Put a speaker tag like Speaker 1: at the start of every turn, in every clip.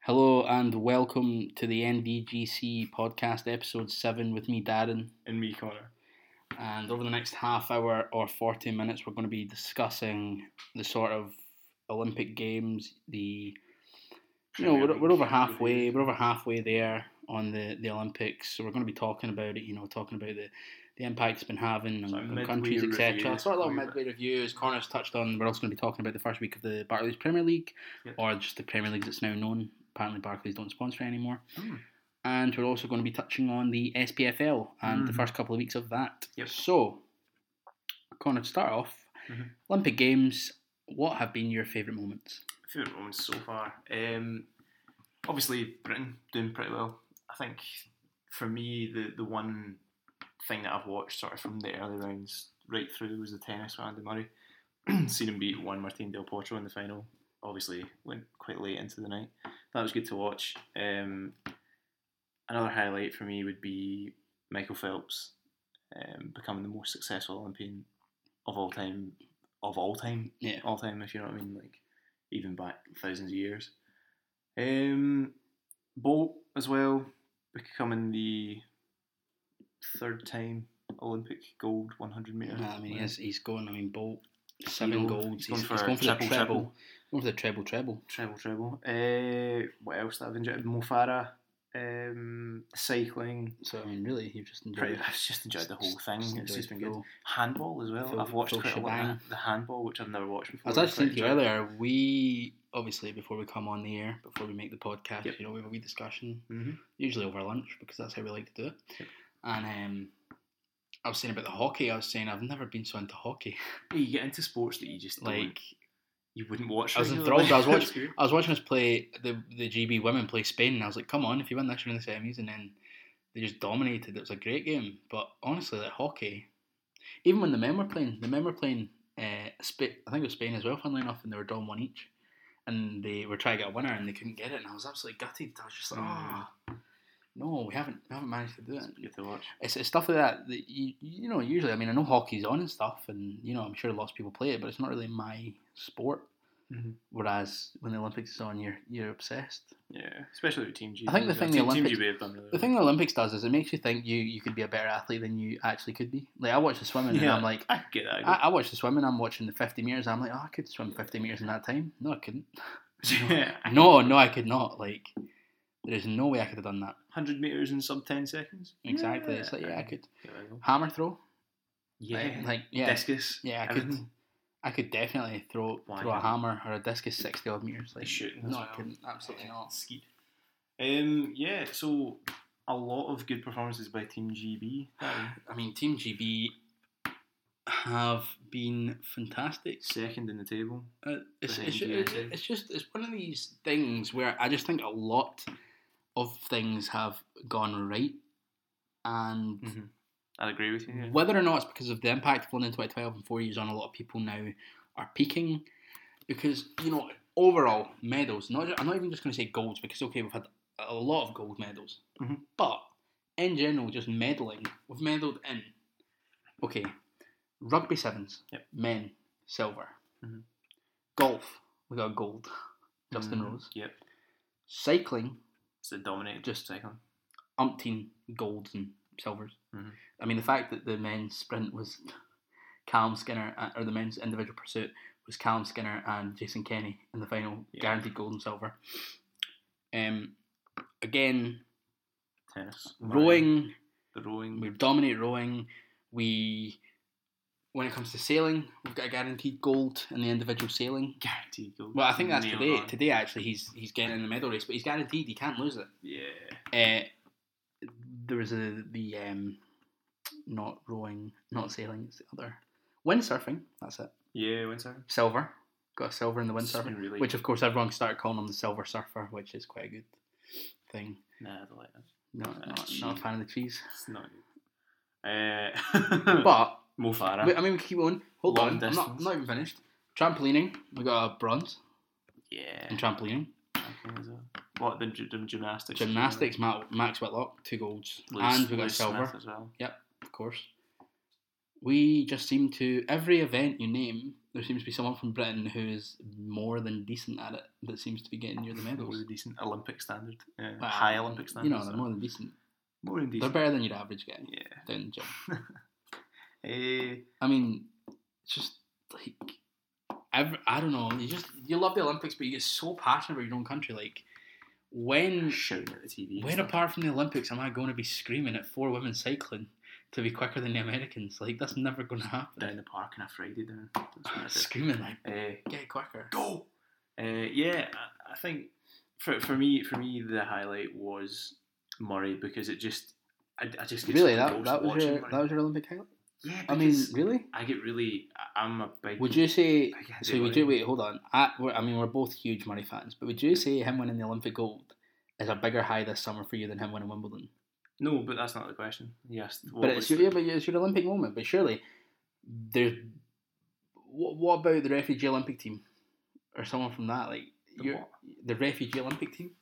Speaker 1: Hello and welcome to the NVGC podcast, episode 7, with me, Darren.
Speaker 2: and me, Connor.
Speaker 1: And over the next half hour or 40 minutes, we're going to be discussing the sort of Olympic Games, the you know, we're,
Speaker 2: Premier
Speaker 1: we're over
Speaker 2: League
Speaker 1: halfway.
Speaker 2: related.
Speaker 1: We're over halfway there on the, the Olympics, so we're going to be talking about it. You know, talking about the, the impact it's been having
Speaker 2: So a
Speaker 1: on, on
Speaker 2: midway
Speaker 1: countries,
Speaker 2: review
Speaker 1: etc. Sort of little
Speaker 2: where-
Speaker 1: midway review, as Connor's touched on. We're also going to be talking about the first week of the Barclays Premier League,
Speaker 2: Yep.
Speaker 1: or just the Premier League that's now known. Apparently, Barclays don't sponsor it anymore.
Speaker 2: Hmm.
Speaker 1: And we're also going to be touching on the SPFL and the
Speaker 2: Mhm.
Speaker 1: first couple of weeks of that.
Speaker 2: Yep.
Speaker 1: So, Connor, to start off,
Speaker 2: Mhm.
Speaker 1: Olympic Games. What have been your favourite moments?
Speaker 2: Favourite moments so far. Um, obviously, Britain doing pretty well. I think for me, the, the one thing that I've watched sort of from the early rounds right through was the tennis with Andy Murray. Seen him beat Juan Martín del Potro in the final. Obviously, went quite late into the night. That was good to watch. Um, another highlight for me would be Michael Phelps um, becoming the most successful Olympian of all time. Of all time,
Speaker 1: Yeah.
Speaker 2: all time. If you know what I mean, like even back thousands of years. Um, Bolt as well becoming the third time Olympic gold 100 meter.
Speaker 1: Nah, I mean,
Speaker 2: winner.
Speaker 1: he's, he's going, I mean, Bolt, seven
Speaker 2: He's
Speaker 1: golds. He's,
Speaker 2: going
Speaker 1: he's
Speaker 2: for
Speaker 1: going for the
Speaker 2: triple,
Speaker 1: treble.
Speaker 2: triple.
Speaker 1: Going for the treble, treble.
Speaker 2: treble, treble. Uh, what else that I've enjoyed? Mo Farah, um, cycling.
Speaker 1: So, I mean, really, you've just enjoyed
Speaker 2: Pretty,
Speaker 1: it.
Speaker 2: I've just enjoyed the whole
Speaker 1: Just-
Speaker 2: thing.
Speaker 1: just
Speaker 2: It's
Speaker 1: enjoyed
Speaker 2: just been
Speaker 1: the
Speaker 2: good.
Speaker 1: whole-
Speaker 2: Handball as well.
Speaker 1: full-
Speaker 2: I've watched
Speaker 1: full
Speaker 2: quite a lot.
Speaker 1: shebang.
Speaker 2: Of that. The handball, which I've never watched
Speaker 1: I
Speaker 2: before.
Speaker 1: was actually
Speaker 2: Quite
Speaker 1: thinking
Speaker 2: enjoyed it.
Speaker 1: earlier, we obviously, before we come on the air, before we make the podcast,
Speaker 2: Yep.
Speaker 1: you know, we have a wee discussion,
Speaker 2: Mhm.
Speaker 1: usually over lunch, because that's how we like to do it. And um, I was saying about the hockey, I was saying I've never been so into hockey.
Speaker 2: You get into sports that you just like.
Speaker 1: Like,
Speaker 2: you wouldn't watch.
Speaker 1: I was
Speaker 2: regularly.
Speaker 1: enthralled, I was
Speaker 2: It's weird.
Speaker 1: I was watching us play the the GB women play Spain, and I was like, "Come on, if you win this, you're in the semis." And then they just dominated. It was a great game, but honestly, like hockey, even when the men were playing, the men were playing. Uh, Sp- I think it was Spain as well, funnily enough, and they were down one each, and they were trying to get a winner, and they couldn't get it, and I was absolutely gutted. I was just like,
Speaker 2: Mm.
Speaker 1: "Ah, no, we haven't, we haven't managed to do it."
Speaker 2: It's good to watch.
Speaker 1: It's, it's stuff like that that you you know usually. I mean, I know hockey's on and stuff, and you know I'm sure lots of people play it, but it's not really my sport.
Speaker 2: Mhm.
Speaker 1: Whereas when the Olympics is on, you're you're obsessed.
Speaker 2: Yeah, especially with Team GB.
Speaker 1: I think the
Speaker 2: as
Speaker 1: thing the
Speaker 2: well. Team, Team
Speaker 1: Olympics-
Speaker 2: GB have done really
Speaker 1: The thing the Olympics does is it makes you think you you could be a better athlete than you actually could be. Like I watch the swimming, and
Speaker 2: Yeah.
Speaker 1: I'm like.
Speaker 2: well. I get that.
Speaker 1: I, I watch the swimming. I'm watching the 50 meters. I'm like, oh, I could swim 50 meters in that time. No, I couldn't.
Speaker 2: yeah,
Speaker 1: No, no, I could not. Like, there is no way I could have done that.
Speaker 2: hundred meters in sub ten seconds.
Speaker 1: Exactly. It's like, yeah, I could.
Speaker 2: There we go.
Speaker 1: Hammer throw.
Speaker 2: Yeah,
Speaker 1: Like, yeah.
Speaker 2: discus.
Speaker 1: Yeah, I could.
Speaker 2: everything.
Speaker 1: I could definitely throw
Speaker 2: Why
Speaker 1: throw a
Speaker 2: not?
Speaker 1: hammer or a discus sixty odd meters. Like
Speaker 2: shooting
Speaker 1: No,
Speaker 2: as
Speaker 1: I
Speaker 2: well.
Speaker 1: couldn't. Absolutely not.
Speaker 2: Skeet. Um, yeah, so a lot of good performances by Team GB.
Speaker 1: I mean, Team GB have been fantastic.
Speaker 2: Second in the table.
Speaker 1: Uh, it's,
Speaker 2: Behind
Speaker 1: it's, ju-
Speaker 2: you,
Speaker 1: it's,
Speaker 2: Andy.
Speaker 1: it's just it's one of these things where I just think a lot of things have gone right, and
Speaker 2: Mm-hmm. I'd agree with you. Yeah.
Speaker 1: whether or not it's because of the impact of London 2012 and four years on, a lot of people now are peaking because you know overall medals. Not ju- I'm not even just going to say golds because okay, we've had a lot of gold medals,
Speaker 2: Mhm.
Speaker 1: but in general, just medaling, we've medaled in okay, rugby sevens,
Speaker 2: Yep.
Speaker 1: men silver,
Speaker 2: Mhm.
Speaker 1: golf we got gold, Justin
Speaker 2: Mhm.
Speaker 1: Rose,
Speaker 2: Yep,
Speaker 1: cycling
Speaker 2: it's the dominated
Speaker 1: Just-
Speaker 2: just second.
Speaker 1: umpteen golds and silvers.
Speaker 2: Mhm.
Speaker 1: I mean, the fact that the men's sprint was Callum Skinner, uh, or the men's individual pursuit was Callum Skinner and Jason Kenny in the final,
Speaker 2: Yeah.
Speaker 1: guaranteed gold and silver. Um, again,
Speaker 2: Tennis,
Speaker 1: rowing, Mm.
Speaker 2: the rowing.
Speaker 1: we dominate rowing. We, when it comes to sailing, we've got a guaranteed gold in the individual sailing.
Speaker 2: guaranteed gold.
Speaker 1: Well, I think that's
Speaker 2: Nailed
Speaker 1: today.
Speaker 2: on.
Speaker 1: Today, actually, he's he's getting in the medal race, but he's guaranteed. He can't lose it.
Speaker 2: Yeah.
Speaker 1: Uh, there was a the um, not rowing, not sailing. It's the other windsurfing. That's it.
Speaker 2: Yeah, windsurfing.
Speaker 1: Silver got a silver in the
Speaker 2: It's
Speaker 1: windsurfing,
Speaker 2: been really
Speaker 1: which of course everyone started calling him the silver surfer, which is quite a good thing.
Speaker 2: nah, I don't like that.
Speaker 1: Not not,
Speaker 2: That's
Speaker 1: not a
Speaker 2: cheap.
Speaker 1: fan of the cheese,
Speaker 2: It's not good. Uh,
Speaker 1: but
Speaker 2: Mo Farah.
Speaker 1: we- I mean we keep on. Hold
Speaker 2: Long
Speaker 1: on, I'm not, I'm
Speaker 2: distance.
Speaker 1: not even finished. Trampolining, we got a bronze
Speaker 2: yeah.
Speaker 1: in trampolining.
Speaker 2: Okay, as well. What the gy- gym- gymnastics?
Speaker 1: Gymnastics, Matt, Max Whitlock, two golds,
Speaker 2: Lewis-
Speaker 1: and we got
Speaker 2: Lewis
Speaker 1: silver.
Speaker 2: Smith as well.
Speaker 1: Yep, of course. We just seem to every event you name there seems to be someone from Britain who is more than decent at it that seems to be getting near the
Speaker 2: More
Speaker 1: medals.
Speaker 2: than decent Olympic standard, yeah,
Speaker 1: Well,
Speaker 2: high Olympic
Speaker 1: You
Speaker 2: standard.
Speaker 1: know,
Speaker 2: so-
Speaker 1: they're more than decent.
Speaker 2: more than
Speaker 1: They're
Speaker 2: decent.
Speaker 1: better than your average guy
Speaker 2: Yeah.
Speaker 1: down the gym.
Speaker 2: Eh,
Speaker 1: I mean, it's just like every, I don't know. You just you love the Olympics, but you get so passionate about your own country. Like when
Speaker 2: shouting at Eh, the TV. and
Speaker 1: when
Speaker 2: stuff.
Speaker 1: apart from the Olympics am I going to be screaming at four women cycling to be quicker than the Americans? Like that's never going to happen.
Speaker 2: down the park on a Friday down.
Speaker 1: Ah,
Speaker 2: That's what
Speaker 1: screaming like
Speaker 2: I did. Eh,
Speaker 1: get quicker.
Speaker 2: go. Uh, yeah, I, I think for for me for me the highlight was Murray because it just I, I just get
Speaker 1: Really,
Speaker 2: so
Speaker 1: that,
Speaker 2: engrossed
Speaker 1: that was
Speaker 2: watching
Speaker 1: your
Speaker 2: Murray.
Speaker 1: that was your Olympic highlight.
Speaker 2: yeah.
Speaker 1: I mean,
Speaker 2: because
Speaker 1: really?
Speaker 2: I get really I- I'm a big
Speaker 1: Would you say?
Speaker 2: big
Speaker 1: So would you wait? Hold on. I, we're, I mean, we're both huge Murray fans, but would you say him winning the Olympic gold is a bigger high this summer for you than him winning Wimbledon?
Speaker 2: No, but that's not the question. Yes, what
Speaker 1: But
Speaker 2: was
Speaker 1: it's your, yeah, but it's your Olympic moment. But surely, there's what, what about the refugee Olympic team or someone from that? Like
Speaker 2: The
Speaker 1: you're-
Speaker 2: what?
Speaker 1: the refugee Olympic team,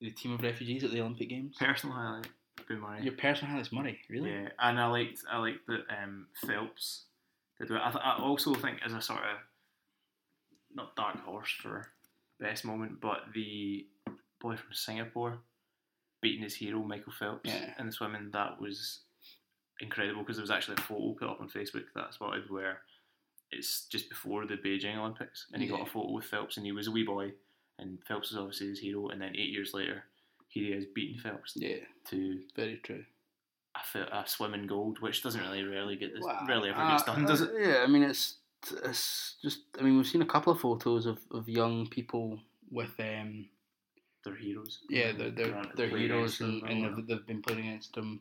Speaker 1: the team of refugees at the Olympic Games.
Speaker 2: personal highlight would be Murray.
Speaker 1: Your personal highlight's Murray, really?
Speaker 2: Yeah, and I liked I liked that um, Phelps did it. I, th- I also think as a sort of not dark horse for best moment, but the boy from Singapore beating his hero Michael Phelps
Speaker 1: Yeah.
Speaker 2: in the swimming that was incredible because there was actually a photo put up on Facebook that I spotted where it's just before the Beijing Olympics and he got
Speaker 1: Yeah.
Speaker 2: a photo with Phelps and he was a wee boy and Phelps was obviously his hero and then eight years later here he is beating Phelps
Speaker 1: Yeah,
Speaker 2: to
Speaker 1: very true.
Speaker 2: a, fi- a swim in gold, which doesn't really rarely get this,
Speaker 1: Well,
Speaker 2: rarely ever
Speaker 1: uh,
Speaker 2: gets done, does
Speaker 1: uh,
Speaker 2: it?
Speaker 1: Yeah, I mean it's it's just I mean we've seen a couple of photos of, of young people with um
Speaker 2: They're heroes.
Speaker 1: yeah they're they're,
Speaker 2: Aren't
Speaker 1: they're
Speaker 2: played
Speaker 1: heroes
Speaker 2: against them
Speaker 1: and,
Speaker 2: or
Speaker 1: and
Speaker 2: whatever.
Speaker 1: they've, they've been playing against them.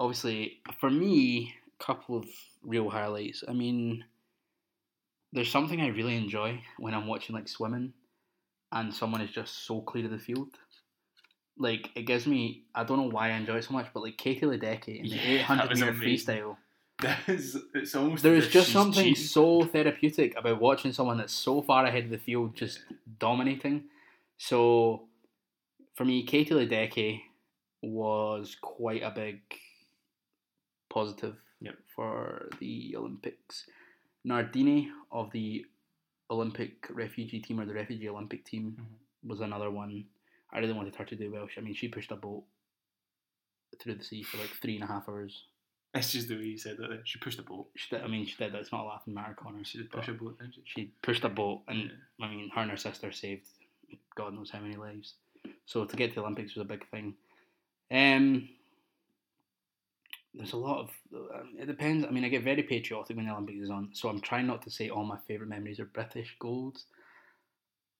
Speaker 1: Obviously, for me, a couple of real highlights. I mean, there's something I really enjoy when I'm watching like swimming, and someone is just so clear of the field. Like it gives me I don't know why I enjoy it so much, but like Katie Ledecky in the
Speaker 2: Yeah, that
Speaker 1: 800
Speaker 2: was
Speaker 1: meter
Speaker 2: amazing.
Speaker 1: freestyle.
Speaker 2: That is, it's almost
Speaker 1: There
Speaker 2: as
Speaker 1: is
Speaker 2: if
Speaker 1: just
Speaker 2: she's
Speaker 1: something
Speaker 2: cheating.
Speaker 1: so therapeutic about watching someone that's so far ahead of the field just dominating. So, for me, Katie Ledecky was quite a big positive
Speaker 2: Yep.
Speaker 1: for the Olympics. Nardini of the Olympic refugee team or the refugee Olympic team
Speaker 2: Mm-hmm.
Speaker 1: was another one. I really wanted her to do well. She- I mean, she pushed a boat through the sea for like three and a half hours.
Speaker 2: That's just the way you said that. There. She pushed a boat.
Speaker 1: She did, I mean, she did. It's not a laughing matter, Connor.
Speaker 2: She did
Speaker 1: but
Speaker 2: push a boat, didn't she?
Speaker 1: she pushed a boat, and
Speaker 2: Yeah.
Speaker 1: I mean, her and her sister saved God knows how many lives. So to get to the Olympics was a big thing. Um, there's a lot of. uh, It depends. I mean, I get very patriotic when the Olympics is on, so I'm trying not to say all my favorite memories are British golds,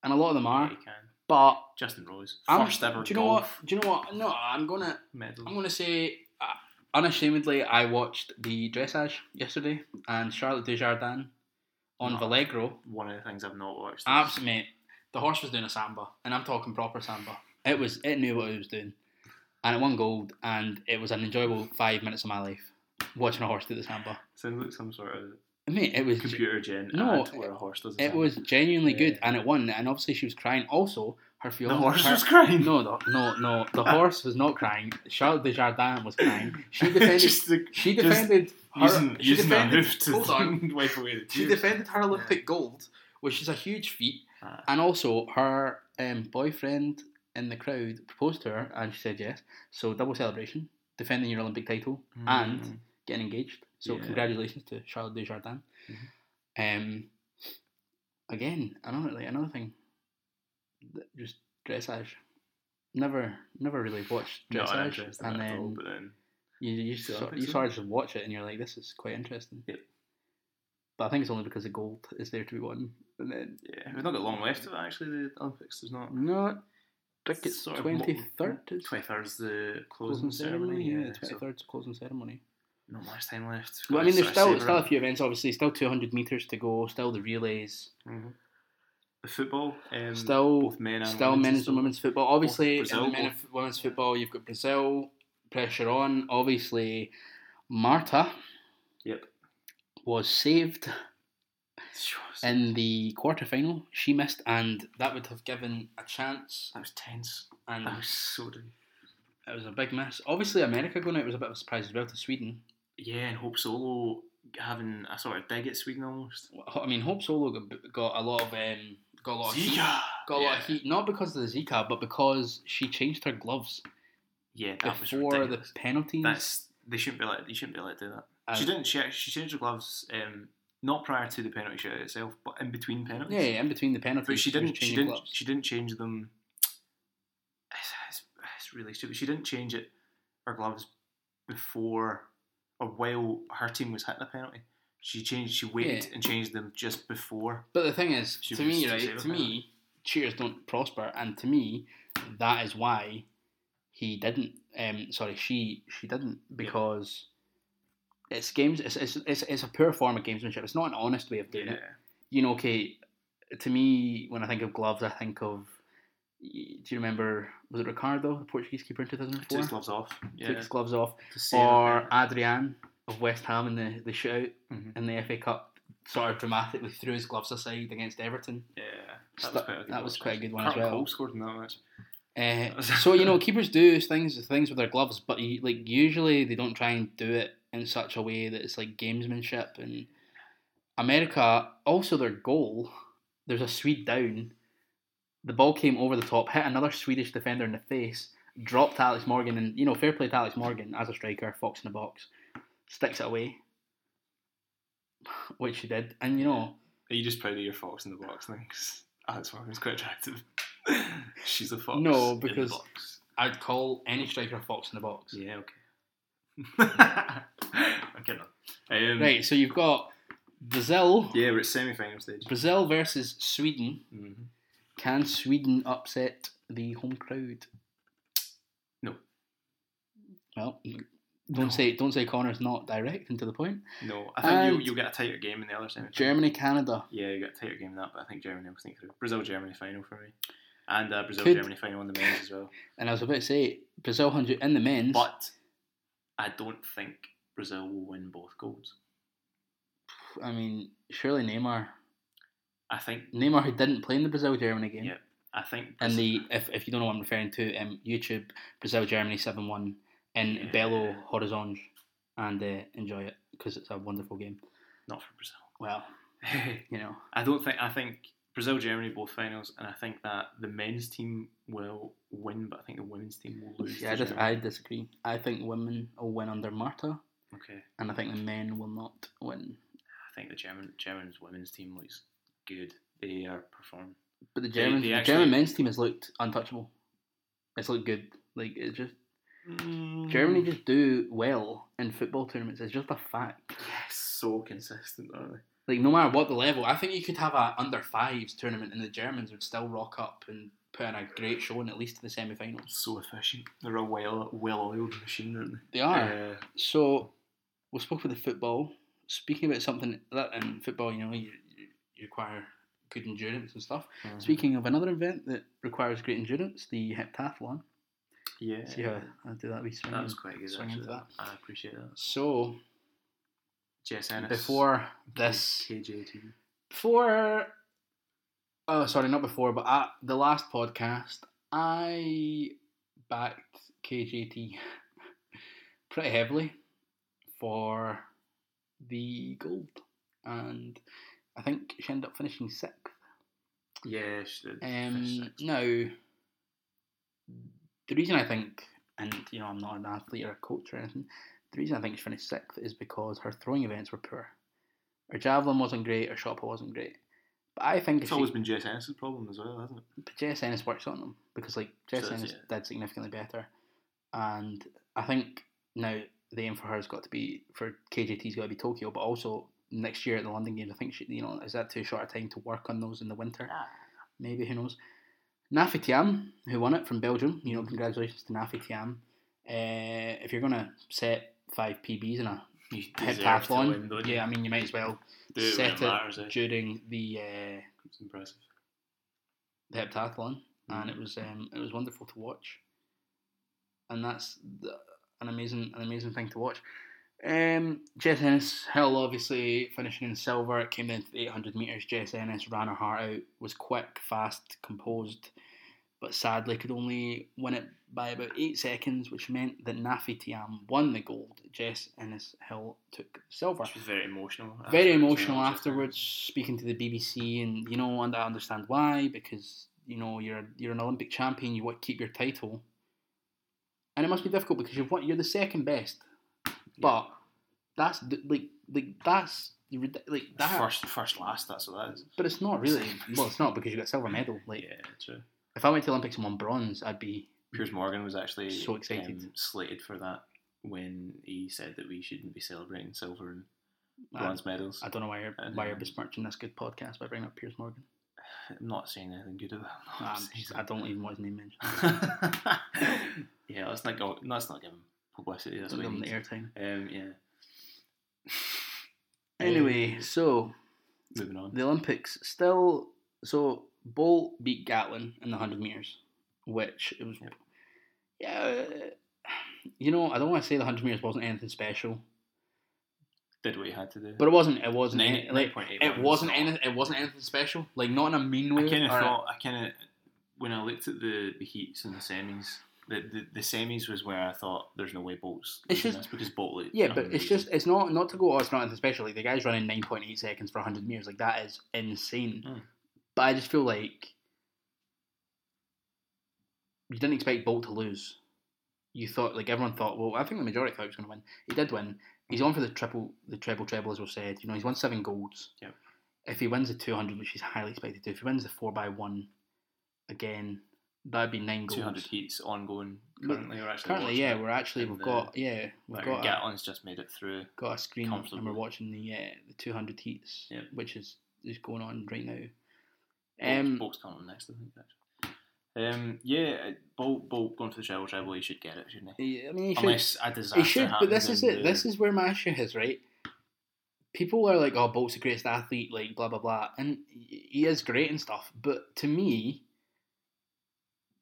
Speaker 1: and a lot of them
Speaker 2: Yeah,
Speaker 1: are.
Speaker 2: you can.
Speaker 1: But
Speaker 2: Justin Rose,
Speaker 1: I'm-
Speaker 2: first ever
Speaker 1: Do you know
Speaker 2: golf
Speaker 1: what? Do you know what? No, I'm gonna.
Speaker 2: medal.
Speaker 1: I'm gonna say uh, unashamedly, I watched the dressage yesterday and Charlotte Desjardins on
Speaker 2: No.
Speaker 1: Vallegro.
Speaker 2: One of the things I've not watched.
Speaker 1: Abs, mate, the horse was doing a samba, and I'm talking proper samba. It was, it knew what it was doing, and it won gold, and it was an enjoyable five minutes of my life watching a horse do the samba.
Speaker 2: Sounds like some sort of
Speaker 1: Mate, it was
Speaker 2: computer gen.
Speaker 1: No,
Speaker 2: ad where a horse does
Speaker 1: it was genuinely
Speaker 2: Yeah.
Speaker 1: good, and it won, and obviously she was crying. Also, her
Speaker 2: The
Speaker 1: fiance,
Speaker 2: horse
Speaker 1: her-
Speaker 2: was crying.
Speaker 1: no, the, no, no, the horse was not crying. Charlotte Desjardins was crying. She defended.
Speaker 2: just the,
Speaker 1: She
Speaker 2: Just
Speaker 1: defended her,
Speaker 2: using,
Speaker 1: she
Speaker 2: using a
Speaker 1: defended,
Speaker 2: hoof to
Speaker 1: hold on.
Speaker 2: wipe away the
Speaker 1: She
Speaker 2: tears.
Speaker 1: defended her Olympic gold, which is a huge feat.
Speaker 2: Ah.
Speaker 1: And also, her um, boyfriend in the crowd proposed to her, and she said yes. So double celebration, defending your Olympic title and
Speaker 2: Mm.
Speaker 1: getting engaged. So
Speaker 2: Yeah.
Speaker 1: congratulations to Charlotte Desjardins.
Speaker 2: Mhm.
Speaker 1: Um, again, another like, another thing, th- just dressage. Never, never really watched
Speaker 2: Not an
Speaker 1: dressage,
Speaker 2: interest in
Speaker 1: and
Speaker 2: that at all,
Speaker 1: then
Speaker 2: but then
Speaker 1: you you,
Speaker 2: So I
Speaker 1: sort,
Speaker 2: think
Speaker 1: you
Speaker 2: so.
Speaker 1: sort of just watch it and you're like, this is quite interesting.
Speaker 2: Yep.
Speaker 1: But I think it's only because the gold is there to be won, and then
Speaker 2: Yeah, we've not got long left of it actually. The Olympics, there's not.
Speaker 1: no, I think it's
Speaker 2: Sort of
Speaker 1: twenty third is
Speaker 2: Twenty third is the
Speaker 1: closing
Speaker 2: closing ceremony.
Speaker 1: Yeah,
Speaker 2: Yeah,
Speaker 1: the twenty
Speaker 2: so
Speaker 1: third is closing ceremony.
Speaker 2: not much time left.
Speaker 1: Well, I mean, there's
Speaker 2: Gotta sort
Speaker 1: still
Speaker 2: of
Speaker 1: still a
Speaker 2: savour
Speaker 1: few events. Obviously, still two hundred meters to go. Still the relays.
Speaker 2: it. Mhm. The football, um,
Speaker 1: Still-
Speaker 2: both men and
Speaker 1: still
Speaker 2: women's
Speaker 1: men's
Speaker 2: is
Speaker 1: and women's football. Obviously, in
Speaker 2: Brazil,
Speaker 1: the men
Speaker 2: both-
Speaker 1: and women's football, you've got Brazil pressure on. Obviously, Marta
Speaker 2: Yep.
Speaker 1: was saved
Speaker 2: Sure,
Speaker 1: in the quarterfinal. She missed, and that would have given a chance.
Speaker 2: that was tense.
Speaker 1: And
Speaker 2: That was so. d-
Speaker 1: it was a big miss. Obviously, America going out was a bit of a surprise as well to Sweden.
Speaker 2: Yeah, and Hope Solo having a sort of dig at Sweden almost.
Speaker 1: I mean, Hope Solo got, got a lot of um, got a lot of heat,
Speaker 2: Zika!
Speaker 1: got a lot
Speaker 2: Yeah.
Speaker 1: of heat, not because of the Zika, but because she changed her gloves
Speaker 2: Yeah, that was
Speaker 1: before the
Speaker 2: ridiculous.
Speaker 1: penalties.
Speaker 2: That's they shouldn't be let. You shouldn't be let do that.
Speaker 1: and-
Speaker 2: she didn't. She act- she changed her gloves um, not prior to the penalty shot itself, but in between penalties.
Speaker 1: yeah, yeah, in between the penalties,
Speaker 2: But she
Speaker 1: was
Speaker 2: didn't. She
Speaker 1: changing
Speaker 2: didn't.
Speaker 1: gloves.
Speaker 2: She didn't change them. It's, it's- it's really stupid. She didn't change it her gloves before or while her team was hitting the penalty. She changed. She waited
Speaker 1: Yeah.
Speaker 2: and changed them just before.
Speaker 1: But the thing is,
Speaker 2: She
Speaker 1: to
Speaker 2: was
Speaker 1: me,
Speaker 2: to
Speaker 1: right?
Speaker 2: save
Speaker 1: To
Speaker 2: her.
Speaker 1: me, cheaters don't prosper, and to me, that is why he didn't. Um, sorry, she she didn't because it's games. It's, it's it's it's a poor form of gamesmanship. It's not an honest way of doing it. You know, okay. To me, when I think of gloves, I think of. Do you remember? Was it Ricardo, the Portuguese keeper in two thousand
Speaker 2: Took his
Speaker 1: four?
Speaker 2: gloves off. Yeah.
Speaker 1: Took his gloves off,
Speaker 2: to save the
Speaker 1: or
Speaker 2: penalty.
Speaker 1: Adrian of West Ham in the the shootout
Speaker 2: Mhm.
Speaker 1: in the FA Cup, sort of dramatically threw his gloves aside against Everton.
Speaker 2: Yeah.
Speaker 1: So
Speaker 2: That was quite a good
Speaker 1: that was
Speaker 2: watch,
Speaker 1: quite a good one as
Speaker 2: Carlton
Speaker 1: well.
Speaker 2: Cole scored in that match.
Speaker 1: Uh, so you know, keepers do things things with their gloves, but you, like usually they don't try and do it in such a way that it's like gamesmanship. And America also their goal. There's a Swede down. The ball came over the top, hit another Swedish defender in the face, dropped Alex Morgan, and you know, fair play to Alex Morgan as a striker, fox in the box, sticks it away, which he did. And you know,
Speaker 2: Are you just proud of your fox in the box thing? 'Cause Alex Morgan's quite attractive. She's a fox.
Speaker 1: No,
Speaker 2: in the
Speaker 1: because-
Speaker 2: box.
Speaker 1: I'd call any striker a fox in the box.
Speaker 2: Yeah, okay. okay, no. Um,
Speaker 1: Right, so you've got Brazil.
Speaker 2: Yeah, we're at semi-final stage.
Speaker 1: Brazil versus Sweden.
Speaker 2: hmm
Speaker 1: Mm-hmm. Can Sweden upset the home crowd?
Speaker 2: No.
Speaker 1: Well, don't say don't say Connor's not direct and to the point.
Speaker 2: No, I think you
Speaker 1: And-
Speaker 2: you'll get a tighter game in the other semi.
Speaker 1: Germany, Canada.
Speaker 2: Yeah, you get a tighter game than that, but I think Germany will sneak through. Brazil Germany final for me, and uh, Brazil
Speaker 1: Could-
Speaker 2: Germany final on the men's as well.
Speaker 1: And I was about to say Brazil hundred in the men's.
Speaker 2: But I don't think Brazil will win both goals.
Speaker 1: I mean, surely Neymar,
Speaker 2: I think
Speaker 1: Neymar who didn't play in the Brazil Germany game.
Speaker 2: Yeah. I think
Speaker 1: And the if, if you don't know what I'm referring to, um, YouTube Brazil Germany seven one in
Speaker 2: Yeah.
Speaker 1: Belo Horizonte, and uh, enjoy it because it's a wonderful game.
Speaker 2: not for
Speaker 1: Well,
Speaker 2: Brazil.
Speaker 1: you know,
Speaker 2: I don't think I think Brazil Germany both finals, and I think that the men's team will win, but I think the women's team will lose.
Speaker 1: yeah, I,
Speaker 2: to
Speaker 1: dis-
Speaker 2: Germany.
Speaker 1: I disagree. I think women will win under Marta.
Speaker 2: okay.
Speaker 1: and I think the men will not win.
Speaker 2: I think the German German's women's team looks good. They are performing.
Speaker 1: But the
Speaker 2: They-
Speaker 1: German
Speaker 2: they
Speaker 1: the
Speaker 2: actually-
Speaker 1: German men's team has looked untouchable. It's looked good. Like it's just Germany just do well in football tournaments. It's just a fact.
Speaker 2: so consistent, aren't they?
Speaker 1: Like no matter what the level, I think you could have a under fives tournament and the Germans would still rock up and put in a great show and at least to the semi finals.
Speaker 2: So efficient. They're a well well oiled machine, aren't they?
Speaker 1: They are.
Speaker 2: Yeah.
Speaker 1: So we spoke about the football. Speaking about something that in football, you know, you, you- you require good endurance and stuff.
Speaker 2: Hmm.
Speaker 1: Speaking of another event that requires great endurance, the heptathlon.
Speaker 2: yeah.
Speaker 1: See how I do that wee swing.
Speaker 2: That was quite good.
Speaker 1: swing into
Speaker 2: Actually.
Speaker 1: that.
Speaker 2: I appreciate that.
Speaker 1: So
Speaker 2: Jess Ennis.
Speaker 1: before this,
Speaker 2: KJT.
Speaker 1: before, oh sorry, not before, but at the last podcast, I backed KJT pretty heavily for the gold, and I think she ended up finishing sixth.
Speaker 2: Yeah, she did.
Speaker 1: Um, now, the reason I think, and you know, I'm not an athlete or a coach or anything, the reason I think she finished sixth is because her throwing events were poor. Her javelin wasn't great, her shot put wasn't great. But I think if
Speaker 2: it's
Speaker 1: she,
Speaker 2: always been Jess Ennis's problem as well, hasn't it?
Speaker 1: but Jess Ennis works on them because like Jess
Speaker 2: does,
Speaker 1: Ennis
Speaker 2: yeah.
Speaker 1: did significantly better, and I think now the aim for her has got to be for KJT's got to be Tokyo, but also next year at the London Games. I think she, you know, is that too short a time to work on those in the winter? maybe who knows. Nafi Tiam, who won it from Belgium, you know, congratulations to Nafi Tiam. Uh, if you're gonna set five PBs in a
Speaker 2: You deserve to win,
Speaker 1: heptathlon,
Speaker 2: don't you?
Speaker 1: yeah, I mean you might as well
Speaker 2: Do it when
Speaker 1: set
Speaker 2: it
Speaker 1: it
Speaker 2: matters, eh?
Speaker 1: during the uh,
Speaker 2: It's impressive.
Speaker 1: the heptathlon, and
Speaker 2: Mhm.
Speaker 1: it was um, it was wonderful to watch, and that's the, an amazing an amazing thing to watch. Um, Jess Ennis, hell, obviously finishing in silver. It came down to the 800 meters. Jess Ennis ran her heart out, was quick, fast, composed, but sadly could only win it by about eight seconds, which meant that Nafi Tiam won the gold. Jess Innes Hill took silver.
Speaker 2: Which was very emotional.
Speaker 1: Very
Speaker 2: afterwards,
Speaker 1: emotional
Speaker 2: yeah,
Speaker 1: afterwards, speaking to the BBC, and you know, and I understand why because you know you're you're an Olympic champion, you want to keep your title, and it must be difficult because you've won, you're the second best, but that's d- like like that's rid- like
Speaker 2: It's
Speaker 1: that,
Speaker 2: First, first, last. That's what that is.
Speaker 1: but it's not really. Well, it's not because you got silver medal. Like
Speaker 2: Yeah, true.
Speaker 1: if I went to Olympics and won bronze, I'd be
Speaker 2: Piers Morgan was actually
Speaker 1: So excited.
Speaker 2: um, slated for that when he said that we shouldn't be celebrating silver and
Speaker 1: I,
Speaker 2: bronze medals.
Speaker 1: I don't know why you're
Speaker 2: I
Speaker 1: why you're
Speaker 2: know.
Speaker 1: besmirching this good podcast by bringing up Piers Morgan.
Speaker 2: I'm not saying anything good about. him, I'm
Speaker 1: Um,
Speaker 2: saying
Speaker 1: I don't even want his name mentioned.
Speaker 2: yeah, let's not go. Let's not give him publicity. That's
Speaker 1: Don't
Speaker 2: what
Speaker 1: give
Speaker 2: he
Speaker 1: him the
Speaker 2: needs.
Speaker 1: airtime.
Speaker 2: Um, yeah.
Speaker 1: Anyway, so
Speaker 2: Moving on.
Speaker 1: the Olympics still so Bolt beat Gatlin in the hundred meters, which it was
Speaker 2: Yep.
Speaker 1: yeah. uh, You know, I don't want to say the hundred meters wasn't anything special,
Speaker 2: Did what he had to do.
Speaker 1: but it wasn't. It wasn't.
Speaker 2: Nine-
Speaker 1: any- like
Speaker 2: 9.81
Speaker 1: it wasn't
Speaker 2: is not-
Speaker 1: anything. It wasn't anything special. Like not in a mean way.
Speaker 2: I kind of
Speaker 1: or a-
Speaker 2: thought. I kind of when I looked at the, the heats and the semis. The, the, the semis was where I thought there's no way Bolt's
Speaker 1: It's
Speaker 2: losing
Speaker 1: just-
Speaker 2: this because Bolt looked
Speaker 1: Yeah, but it's
Speaker 2: amazing.
Speaker 1: just it's not not to go. Oh, it's not anything special. Like the guy's running nine point eight seconds for hundred meters. Like that is insane.
Speaker 2: Mm.
Speaker 1: But I just feel like you didn't expect Bolt to lose. You thought like everyone thought. Well, I think the majority thought he was going to win. He did win. He's on for the triple, the treble, treble as we said. You know, he's won seven golds.
Speaker 2: Yep.
Speaker 1: If he wins the two hundred, which he's highly expected to, if he wins the four by one, again, that'd be nine golds.
Speaker 2: 200 heats ongoing
Speaker 1: Look,
Speaker 2: currently. We're actually
Speaker 1: Currently,
Speaker 2: watching
Speaker 1: yeah,
Speaker 2: it.
Speaker 1: we're actually
Speaker 2: in
Speaker 1: we've
Speaker 2: the-
Speaker 1: got yeah we've
Speaker 2: Like,
Speaker 1: got a-
Speaker 2: Gatlin's just made it through.
Speaker 1: got a screen and we're
Speaker 2: Comfortably.
Speaker 1: watching the uh, the 200 heats,
Speaker 2: Yep.
Speaker 1: which is is going on right now.
Speaker 2: Um,
Speaker 1: Um,
Speaker 2: Bolt's coming on next, I think. Actually. Um, yeah, Bolt, Bolt going for the treble treble. He should get it, shouldn't he?
Speaker 1: he- I mean, he should,
Speaker 2: Unless a disaster
Speaker 1: he should, but
Speaker 2: happens
Speaker 1: this is
Speaker 2: in
Speaker 1: it.
Speaker 2: the-
Speaker 1: This is where my issue is, right? People are like, "Oh, Bolt's the greatest athlete," like blah blah blah, and he is great and stuff. But to me,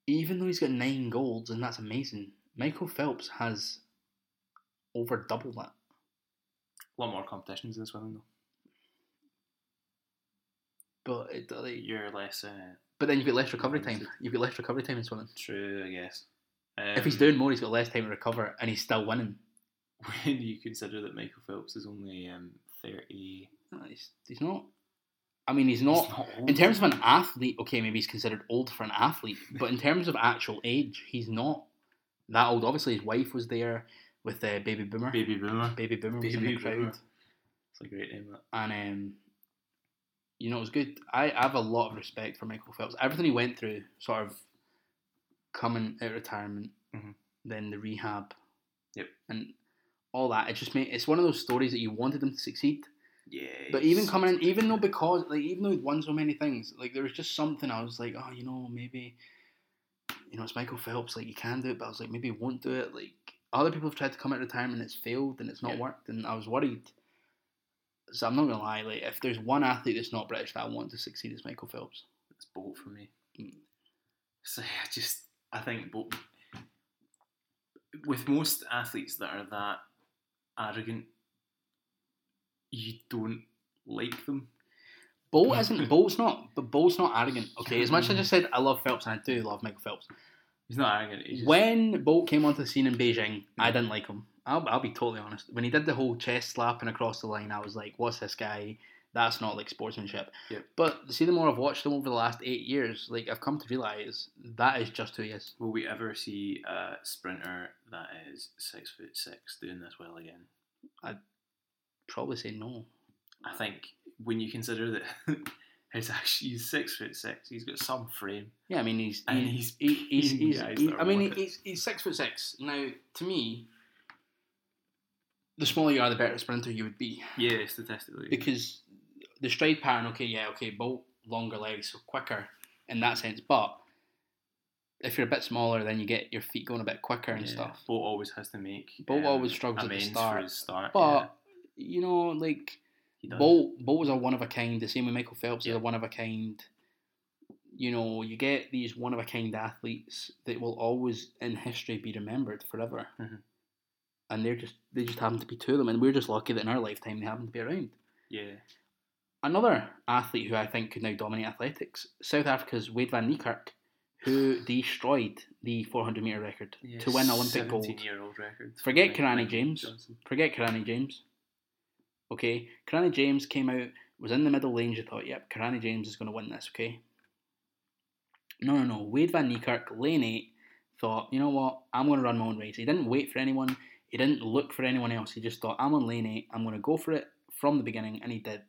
Speaker 1: even though he's got nine golds and that's amazing, Michael Phelps has over double that.
Speaker 2: a lot more competitions in swimming though.
Speaker 1: But it, like,
Speaker 2: You're less uh,
Speaker 1: but then you've got less recovery
Speaker 2: Limited.
Speaker 1: time. You've got less recovery time in swimming.
Speaker 2: true, I guess.
Speaker 1: If he's
Speaker 2: Um,
Speaker 1: doing more, he's got less time to recover, and he's still winning.
Speaker 2: when you consider that Michael Phelps is only um, 30.
Speaker 1: No, he's, he's not. I mean, he's
Speaker 2: He's
Speaker 1: not.
Speaker 2: not old.
Speaker 1: In terms of an athlete, okay, maybe he's considered old for an athlete, but in terms of actual age, he's not that old. Obviously, his wife was there with uh, Baby Boomer. Baby,
Speaker 2: Baby Boomer.
Speaker 1: Boomer was in
Speaker 2: Baby
Speaker 1: the crowd,
Speaker 2: Boomer. It's a great name, that.
Speaker 1: and um, you know, it was good. I, I have a lot of respect for Michael Phelps. Everything he went through, sort of coming out of retirement,
Speaker 2: Mhm.
Speaker 1: then the rehab,
Speaker 2: Yep.
Speaker 1: and all that. It just made it's one of those stories that you wanted him to succeed.
Speaker 2: Yeah.
Speaker 1: But even coming in, even though because like even though he'd won so many things, like there was just something I was like, oh, you know, maybe, you know, it's Michael Phelps, like you can do it, but I was like, maybe he won't do it. Like other people have tried to come out of retirement, and it's failed, and it's not
Speaker 2: Yeah.
Speaker 1: worked, and I was worried. So I'm not gonna lie, like if there's one athlete that's not British that I want to succeed, it's Michael Phelps.
Speaker 2: It's Bolt for me.
Speaker 1: Mm.
Speaker 2: So I just, I think Bolt. With most athletes that are that arrogant, you don't like them.
Speaker 1: Bolt isn't. Bolt's not. But Bolt's not arrogant. Okay, as much as I just said, I love Phelps and I do love Michael Phelps.
Speaker 2: He's not arrogant. He's just,
Speaker 1: When Bolt came onto the scene in Beijing, I didn't like him. I'll, I'll be totally honest. When he did the whole chest slapping across the line, I was like, what's this guy? That's not like sportsmanship.
Speaker 2: Yep.
Speaker 1: But see, the more I've watched him over the last eight years, like I've come to realise that is just who he is.
Speaker 2: will we ever see a sprinter that is six foot six doing this well again?
Speaker 1: Probably say no.
Speaker 2: I think when you consider that he's actually he's six foot six, he's got some frame.
Speaker 1: Yeah, I mean, he's.
Speaker 2: And
Speaker 1: he-
Speaker 2: he's
Speaker 1: he- he's,
Speaker 2: peeing
Speaker 1: he's,
Speaker 2: guys
Speaker 1: he-
Speaker 2: that are
Speaker 1: I mean,
Speaker 2: worth it.
Speaker 1: he's, he's six foot six. Now, to me, the smaller you are, the better sprinter you would be.
Speaker 2: Yeah, statistically.
Speaker 1: because the stride pattern, okay, yeah, okay, Bolt longer legs, so quicker in that sense. But if you're a bit smaller, then you get your feet going a bit quicker and
Speaker 2: Yeah,
Speaker 1: stuff.
Speaker 2: Bolt always has to make. um,
Speaker 1: Bolt always struggles at the
Speaker 2: amends
Speaker 1: start,
Speaker 2: For his start
Speaker 1: But
Speaker 2: yeah,
Speaker 1: you know, like
Speaker 2: he does.
Speaker 1: Bolt, Bolt was a one of a kind. The same with Michael Phelps,
Speaker 2: Yeah.
Speaker 1: they're one of a kind. You know, you get these one of a kind athletes that will always in history be remembered forever.
Speaker 2: Mhm.
Speaker 1: And they're just they just happen to be two of them, and we're just lucky that in our lifetime they happen to be around.
Speaker 2: Yeah,
Speaker 1: another athlete who I think could now dominate athletics, South Africa's Wade Van Niekerk, who destroyed the 400 meter record to win Olympic gold.
Speaker 2: Year-old record.
Speaker 1: Forget
Speaker 2: Like
Speaker 1: Karani
Speaker 2: Michael
Speaker 1: James.
Speaker 2: Johnson.
Speaker 1: Forget Karani James. Okay, Karani James came out, was in the middle lane. You thought, yep, Karani James is going to win this. Okay. No, no, no. Wade Van Niekerk, lane eight, thought, you know what? I'm going to run my own race. He didn't wait for anyone. He didn't look for anyone else. He just thought, I'm on lane eight. I'm going to go for it from the beginning, and he did.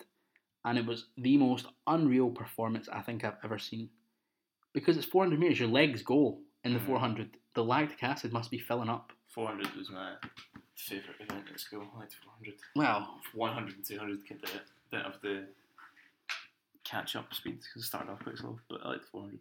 Speaker 1: And it was the most unreal performance I think I've ever seen. Because it's 400 meters, your legs go in the
Speaker 2: Mhm.
Speaker 1: 400. The lactic acid must be filling up.
Speaker 2: 400 was my favourite event at school. I liked 400.
Speaker 1: Well,
Speaker 2: 100 and 200 could do it. Didn't have the catch up speed because it started off quite slow, but I liked 400.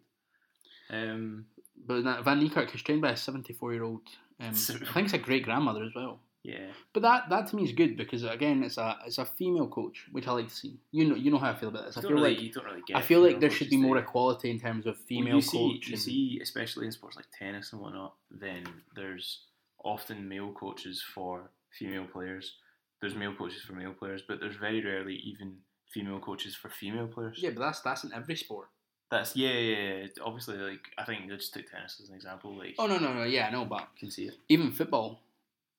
Speaker 2: Um,
Speaker 1: But that Van Niekerk is trained by a 74 year old. Um,
Speaker 2: So-
Speaker 1: I think it's a great grandmother as well.
Speaker 2: yeah.
Speaker 1: But that, that to me is good because again, it's a it's a female coach, which I like to see. You know, you know how I feel about this. I
Speaker 2: You don't
Speaker 1: feel
Speaker 2: really-
Speaker 1: like
Speaker 2: you don't really get
Speaker 1: I feel
Speaker 2: female
Speaker 1: like there should be
Speaker 2: coaches
Speaker 1: more
Speaker 2: there.
Speaker 1: equality in terms of
Speaker 2: Well,
Speaker 1: female
Speaker 2: you see,
Speaker 1: coach.
Speaker 2: You
Speaker 1: and-
Speaker 2: see, especially in sports like tennis and whatnot, then there's often male coaches for female players. There's male coaches for male players, but there's very rarely even female coaches for female players.
Speaker 1: yeah, but that's that's in every sport.
Speaker 2: That's yeah, yeah, yeah. Obviously, like I think they just took tennis as an example. Like
Speaker 1: Oh no, no, no. Yeah, I know, but
Speaker 2: you can see it.
Speaker 1: even football.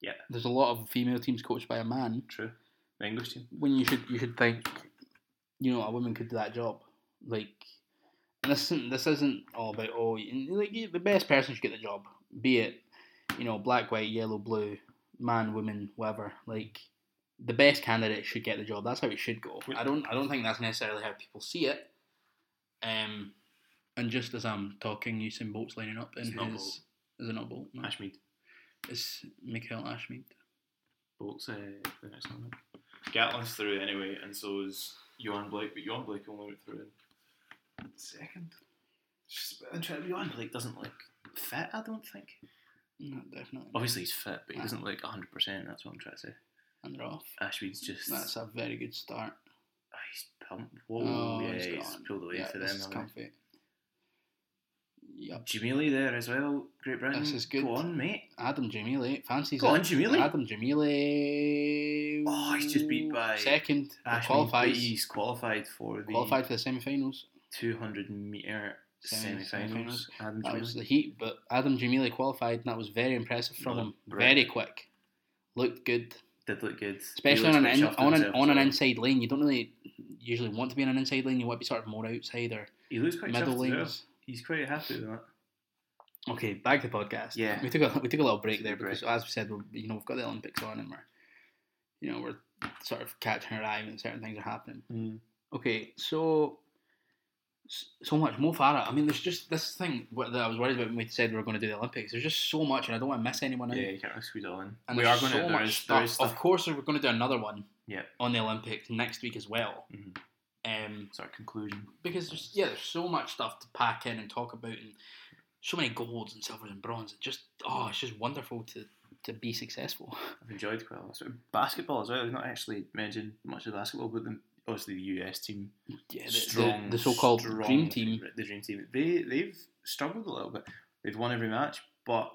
Speaker 2: Yeah.
Speaker 1: There's a lot of female teams coached by a man.
Speaker 2: True. The English team.
Speaker 1: when you should you should think, you know, a woman could do that job. Like, and this isn't this isn't all about oh, you- like you- the best person should get the job, be it, you know, black, white, yellow, blue, man, woman, whatever. Like, the best candidate should get the job. That's how it should go. I don't I don't think that's necessarily how people see it. Um, and just as I'm talking, Usain Bolt's lining up in
Speaker 2: It's not
Speaker 1: his
Speaker 2: Bolt.
Speaker 1: is it not Bolt? No.
Speaker 2: Ashmead.
Speaker 1: It's Mikhail Ashmead.
Speaker 2: Bolt's uh, the next one. Gatlin's through anyway, and so is Johan Blake, but Johan Blake only went through in second. It's just a bit interesting. Johan Blake doesn't look fit, I don't think.
Speaker 1: No, definitely. not.
Speaker 2: Obviously, he's fit, but Oh, he
Speaker 1: Ah.
Speaker 2: doesn't look 100%. That's what I'm trying to say.
Speaker 1: And they're off.
Speaker 2: Ashmead's just.
Speaker 1: That's a very good start.
Speaker 2: Ah, he's pumped. Whoa,
Speaker 1: Oh,
Speaker 2: yeah,
Speaker 1: he's
Speaker 2: he's,
Speaker 1: gone.
Speaker 2: pulled away
Speaker 1: yeah,
Speaker 2: for
Speaker 1: this
Speaker 2: them.
Speaker 1: is
Speaker 2: hasn't
Speaker 1: comfy. Yep.
Speaker 2: he? Jamili there as well. Great Britain.
Speaker 1: This is good.
Speaker 2: Go on, mate.
Speaker 1: Adam Jamili. Fancies
Speaker 2: Go
Speaker 1: it.
Speaker 2: on, Jamili.
Speaker 1: Adam Jamili.
Speaker 2: Oh, he's just beat by
Speaker 1: Second.
Speaker 2: Ashmead, but
Speaker 1: qualifies.
Speaker 2: He's qualified for the
Speaker 1: Qualified for the semi finals.
Speaker 2: 200 meter
Speaker 1: Semi-
Speaker 2: semi-finals. Adam
Speaker 1: That was
Speaker 2: Jamili.
Speaker 1: the heat, but Adam Jamili qualified, and that was very impressive from
Speaker 2: Another
Speaker 1: him.
Speaker 2: Brit.
Speaker 1: Very quick. Looked good.
Speaker 2: did look good,
Speaker 1: Especially
Speaker 2: He
Speaker 1: on an,
Speaker 2: looked quite
Speaker 1: in,
Speaker 2: chuffed with
Speaker 1: on, an,
Speaker 2: himself as
Speaker 1: on an
Speaker 2: well.
Speaker 1: inside lane. You don't really usually want to be on an inside lane. You want to be sort of more outside or
Speaker 2: He looks quite
Speaker 1: middle
Speaker 2: chuffed as well.
Speaker 1: lanes.
Speaker 2: He's quite happy with that.
Speaker 1: Okay, back to the podcast.
Speaker 2: Yeah.
Speaker 1: we took a we took a little break
Speaker 2: Took a
Speaker 1: there because, as we said, we're, you know, we've got the Olympics on and we're, you know, we're sort of catching our eye when certain things are happening.
Speaker 2: Hmm.
Speaker 1: Okay, so s- so much Mo Farah. I mean, there's just this thing wh- that I was worried about when we said we were going to do the Olympics. There's just so much, and I don't want to miss anyone out.
Speaker 2: Yeah, you can't really squeeze it all in.
Speaker 1: And
Speaker 2: we are
Speaker 1: there's
Speaker 2: going
Speaker 1: so
Speaker 2: to. There
Speaker 1: much
Speaker 2: is,
Speaker 1: stuff.
Speaker 2: there is
Speaker 1: Of
Speaker 2: stuff.
Speaker 1: course, we're going to do another one.
Speaker 2: Yeah.
Speaker 1: On the Olympics next week as well.
Speaker 2: Mhm.
Speaker 1: Um,
Speaker 2: It's our conclusion.
Speaker 1: because there's yeah, there's so much stuff to pack in and talk about, and so many golds and silvers and bronze. It just oh, it's just wonderful to to be successful.
Speaker 2: I've enjoyed quite a lot. So basketball as well. I've not actually mentioned much of basketball, but then obviously the US team,
Speaker 1: Yeah, the,
Speaker 2: strong,
Speaker 1: the, the so-called
Speaker 2: strong
Speaker 1: dream team.
Speaker 2: favourite, The dream team. They they've struggled a little bit. They've won every match, but